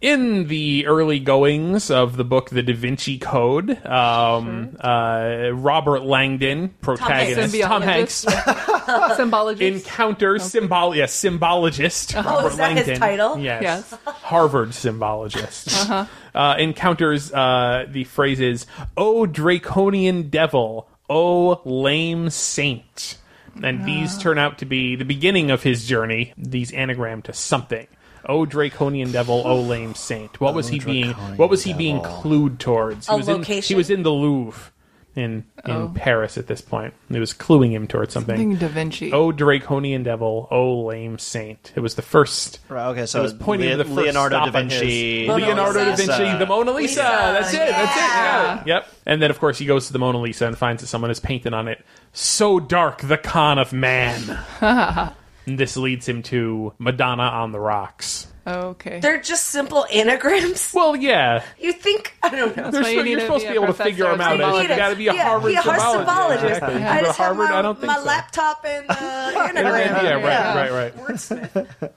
Speaker 4: in the early goings of the book The Da Vinci Code, um, uh, Robert Langdon, protagonist
Speaker 3: Symbiologist.
Speaker 4: Tom Hanks,
Speaker 3: Symbologist.
Speaker 4: encounters symbol yeah, symbologist Robert
Speaker 1: Oh, is that his
Speaker 4: Langdon.
Speaker 1: title?
Speaker 4: Yes,
Speaker 3: Yes.
Speaker 4: Harvard symbologist uh-huh. encounters uh, the phrases "O draconian devil," "O lame saint," and these turn out to be the beginning of his journey. These anagram to something. O draconian devil, O lame saint. What was he being? What was he being clued towards? He
Speaker 1: A
Speaker 4: was In, he
Speaker 1: location?
Speaker 4: was in the Louvre in in Paris at this point. It was cluing him towards Oh. something.
Speaker 3: Something Da Vinci.
Speaker 4: Oh draconian devil, oh lame saint. It was the first.
Speaker 2: Right, okay, so
Speaker 4: it was pointing
Speaker 2: Le-
Speaker 4: to the first
Speaker 2: Leonardo
Speaker 4: stop
Speaker 2: da
Speaker 4: on his-
Speaker 2: Vinci, Mona
Speaker 4: Leonardo da
Speaker 1: Lisa.
Speaker 4: Vinci, the Mona Lisa.
Speaker 1: Lisa,
Speaker 4: That's it. That's it.
Speaker 1: yeah.
Speaker 4: got it. Yep. And then of course he goes to the Mona Lisa and finds that someone is painting on it. So dark, the con of man. And this leads him to Madonna on the rocks.
Speaker 3: okay.
Speaker 1: They're just simple anagrams.
Speaker 4: Well, yeah,
Speaker 1: You think I don't know.
Speaker 4: There's-
Speaker 3: why you
Speaker 4: you're,
Speaker 3: need to
Speaker 4: supposed
Speaker 3: be
Speaker 4: to be
Speaker 3: a
Speaker 4: able to figure them out.
Speaker 3: professor of
Speaker 4: You got to be a
Speaker 1: Yeah,
Speaker 4: Harvard
Speaker 1: be a Harvard
Speaker 4: symbologist.
Speaker 1: symbologist.
Speaker 4: Exactly. You
Speaker 1: I
Speaker 4: go to
Speaker 1: just
Speaker 4: Harvard.
Speaker 1: have my,
Speaker 4: I don't think
Speaker 1: my
Speaker 4: so.
Speaker 1: laptop and uh, anagram.
Speaker 4: Yeah, right, right, right.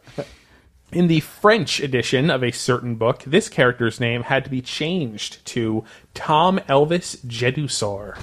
Speaker 4: In the French edition of a certain book, this character's name had to be changed to Tom Elvis Jedusor.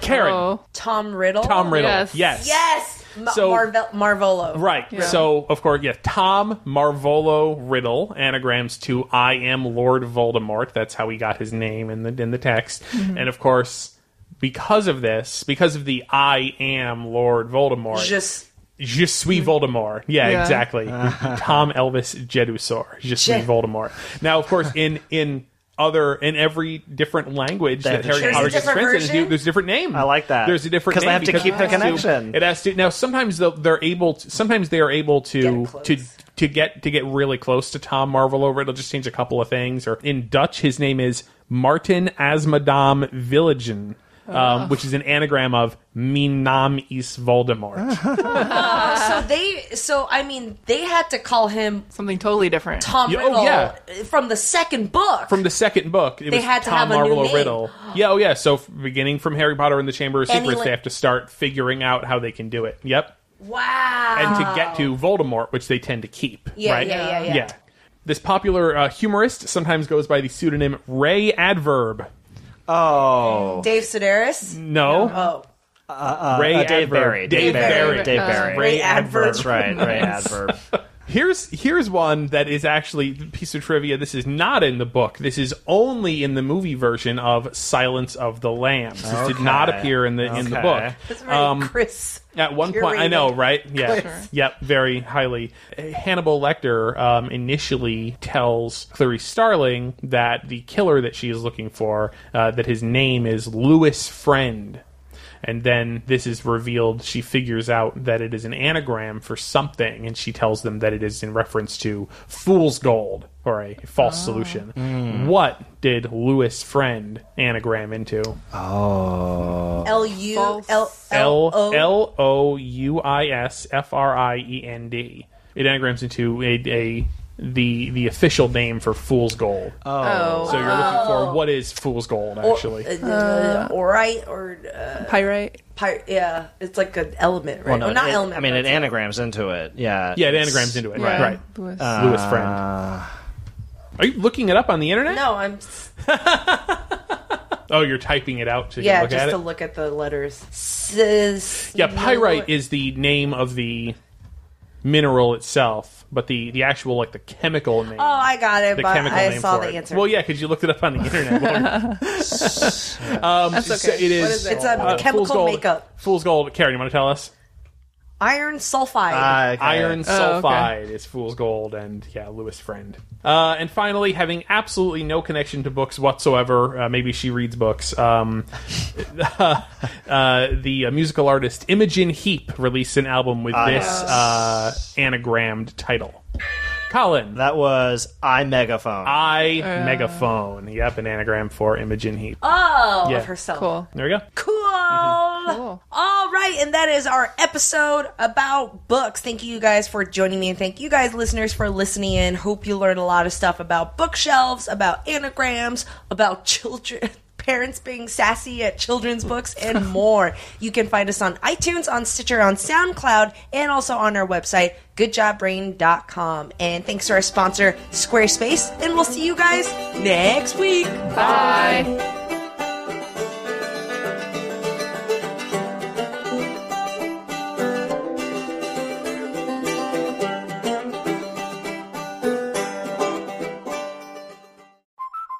Speaker 4: Karen.
Speaker 3: Oh.
Speaker 1: Tom Riddle.
Speaker 4: Tom Riddle.
Speaker 3: Yes.
Speaker 4: Yes.
Speaker 1: Yes. Ma-
Speaker 4: So-
Speaker 1: Marvel- Marvolo.
Speaker 4: Right. So, of course, yeah, Tom Marvolo Riddle, anagrams to I am Lord Voldemort. That's how he got his name in the in the text.
Speaker 3: Mm-hmm.
Speaker 4: And of course, because of this, because of the I am Lord Voldemort,
Speaker 1: Just
Speaker 4: Je suis Voldemort. Yeah,
Speaker 3: Yeah.
Speaker 4: exactly. Tom Elvis Jedusor. Je suis
Speaker 1: Je-
Speaker 4: Voldemort. Now, of course, in in other in every different language
Speaker 2: They have
Speaker 4: that
Speaker 2: to
Speaker 4: Harry
Speaker 2: change.
Speaker 4: Potter
Speaker 1: There's a
Speaker 4: gets
Speaker 1: different
Speaker 4: friends in,
Speaker 1: version?
Speaker 4: there's- there's different names.
Speaker 2: I like that.
Speaker 4: There's a different
Speaker 2: 'Cause they
Speaker 4: name
Speaker 2: have to keep
Speaker 4: it
Speaker 2: the
Speaker 4: has to-
Speaker 2: connection.
Speaker 4: it has to now. Sometimes they'll- they're able. To, sometimes they are able to
Speaker 1: Get close.
Speaker 4: to to get to get really close to Tom Marvolo. Riddle just change a couple of things. Or in Dutch, his name is Martin Asmadam Villagen. Um, which is an anagram of "Mijn naam is
Speaker 2: Ah.
Speaker 4: Voldemort."
Speaker 1: so they. So I mean, they had to call him
Speaker 3: Something totally different.
Speaker 1: Tom
Speaker 4: Yeah, oh,
Speaker 1: Riddle
Speaker 4: yeah.
Speaker 1: from the second book.
Speaker 4: from the second book. It
Speaker 1: They
Speaker 4: was
Speaker 1: had to have
Speaker 4: Tom
Speaker 1: a new
Speaker 4: Marvolo
Speaker 1: name.
Speaker 4: Riddle. Yeah, oh yeah. So f- beginning from Harry Potter and the Chamber of
Speaker 1: And he,
Speaker 4: Secrets,
Speaker 1: like-
Speaker 4: they have to start figuring out how they can do it. Yep,
Speaker 1: wow.
Speaker 4: and to get to Voldemort, which they tend to keep.
Speaker 1: Yeah,
Speaker 4: right?
Speaker 1: yeah, yeah, yeah.
Speaker 4: This popular uh, humorist sometimes goes by the pseudonym Ray Adverb.
Speaker 2: Oh,
Speaker 1: Dave Sedaris.
Speaker 4: No,
Speaker 1: Oh,
Speaker 4: Ray
Speaker 2: uh, Dave
Speaker 4: Adverb.
Speaker 2: Barry. Dave Barry. Dave
Speaker 4: Dave
Speaker 2: Barry.
Speaker 4: Barry.
Speaker 1: Uh, Adverb.
Speaker 2: That's right. Right adverb.
Speaker 4: Here's here's one that is actually a piece of trivia. This is not in the book. This is only in the movie version of Silence of the Lambs. This did
Speaker 2: Okay.
Speaker 4: not appear in the in the
Speaker 2: Okay.
Speaker 4: book.
Speaker 1: That's very Chris.
Speaker 4: At one point, I
Speaker 1: curated.
Speaker 4: know, right? Yeah, yep, very highly. Uh, Hannibal Lecter um, initially tells Clarice Starling that the killer that she is looking for, uh, that his name is Lewis Friend, and then this is revealed. She figures out that it is an anagram for something, and she tells them that it is in reference to fool's gold or a false solution. What did Lewis Friend anagram into?
Speaker 1: L U L L
Speaker 4: Oh. L
Speaker 1: O.
Speaker 4: L O U I S F R I E N D. It anagrams into a, a the the official name for fool's gold. Oh, so you're looking
Speaker 1: Oh.
Speaker 4: for what is fool's gold actually?
Speaker 1: Uh, uh, orite or uh,
Speaker 3: Pyrite.
Speaker 1: py- yeah, it's like an element, right?
Speaker 2: no,
Speaker 1: Well, not
Speaker 2: it-
Speaker 1: element.
Speaker 2: I mean,
Speaker 1: but
Speaker 2: it
Speaker 1: it's-
Speaker 2: anagrams into it. Yeah.
Speaker 4: yeah, it anagrams into it.
Speaker 3: Yeah.
Speaker 4: Right. Uh, right.
Speaker 3: Lewis.
Speaker 4: Lewis Friend. Are you looking it up on the internet?
Speaker 1: Uh. No, I'm
Speaker 4: Oh, you're typing it out so you
Speaker 1: yeah,
Speaker 4: can look
Speaker 1: just
Speaker 4: at
Speaker 1: to
Speaker 4: it.
Speaker 1: look at the letters. Sis,
Speaker 4: yeah, pyrite is the name of the mineral itself, but the the actual like the chemical name.
Speaker 1: Oh, I got it,
Speaker 4: the
Speaker 1: but
Speaker 4: chemical
Speaker 1: I
Speaker 4: name
Speaker 1: saw
Speaker 4: for
Speaker 1: the
Speaker 4: it.
Speaker 1: answer.
Speaker 4: Well, yeah, because you looked it up on the internet. um, That's
Speaker 3: okay.
Speaker 4: it is.
Speaker 3: What is it?
Speaker 1: It's a chemical
Speaker 4: uh, fool's gold,
Speaker 1: makeup.
Speaker 4: Fool's gold. Karen, you want to tell us?
Speaker 1: Iron sulfide.
Speaker 2: Ah, okay.
Speaker 4: Iron
Speaker 3: Oh, okay.
Speaker 4: sulfide is fool's gold, and yeah, Lewis Friend. Uh, and finally, having absolutely no connection to books whatsoever, uh, maybe she reads books. Um, uh, the uh, musical artist Imogen Heap released an album with this uh, anagrammed title. Colin,
Speaker 2: That was I megaphone.
Speaker 4: I megaphone. Yep, an anagram for Imogen Heap.
Speaker 1: oh,
Speaker 4: yeah.
Speaker 1: of herself.
Speaker 3: Cool.
Speaker 4: There we go.
Speaker 1: Cool.
Speaker 3: Cool.
Speaker 1: All right, and that is our episode about books. Thank you guys for joining me, and thank you guys, listeners, for listening in. Hope you learned a lot of stuff about bookshelves, about anagrams, about children. Parents being sassy at children's books and more. You can find us on iTunes, on Stitcher, on SoundCloud, and also on our website, goodjobbrain.com. And thanks to our sponsor, Squarespace, and we'll see you guys next week.
Speaker 3: Bye.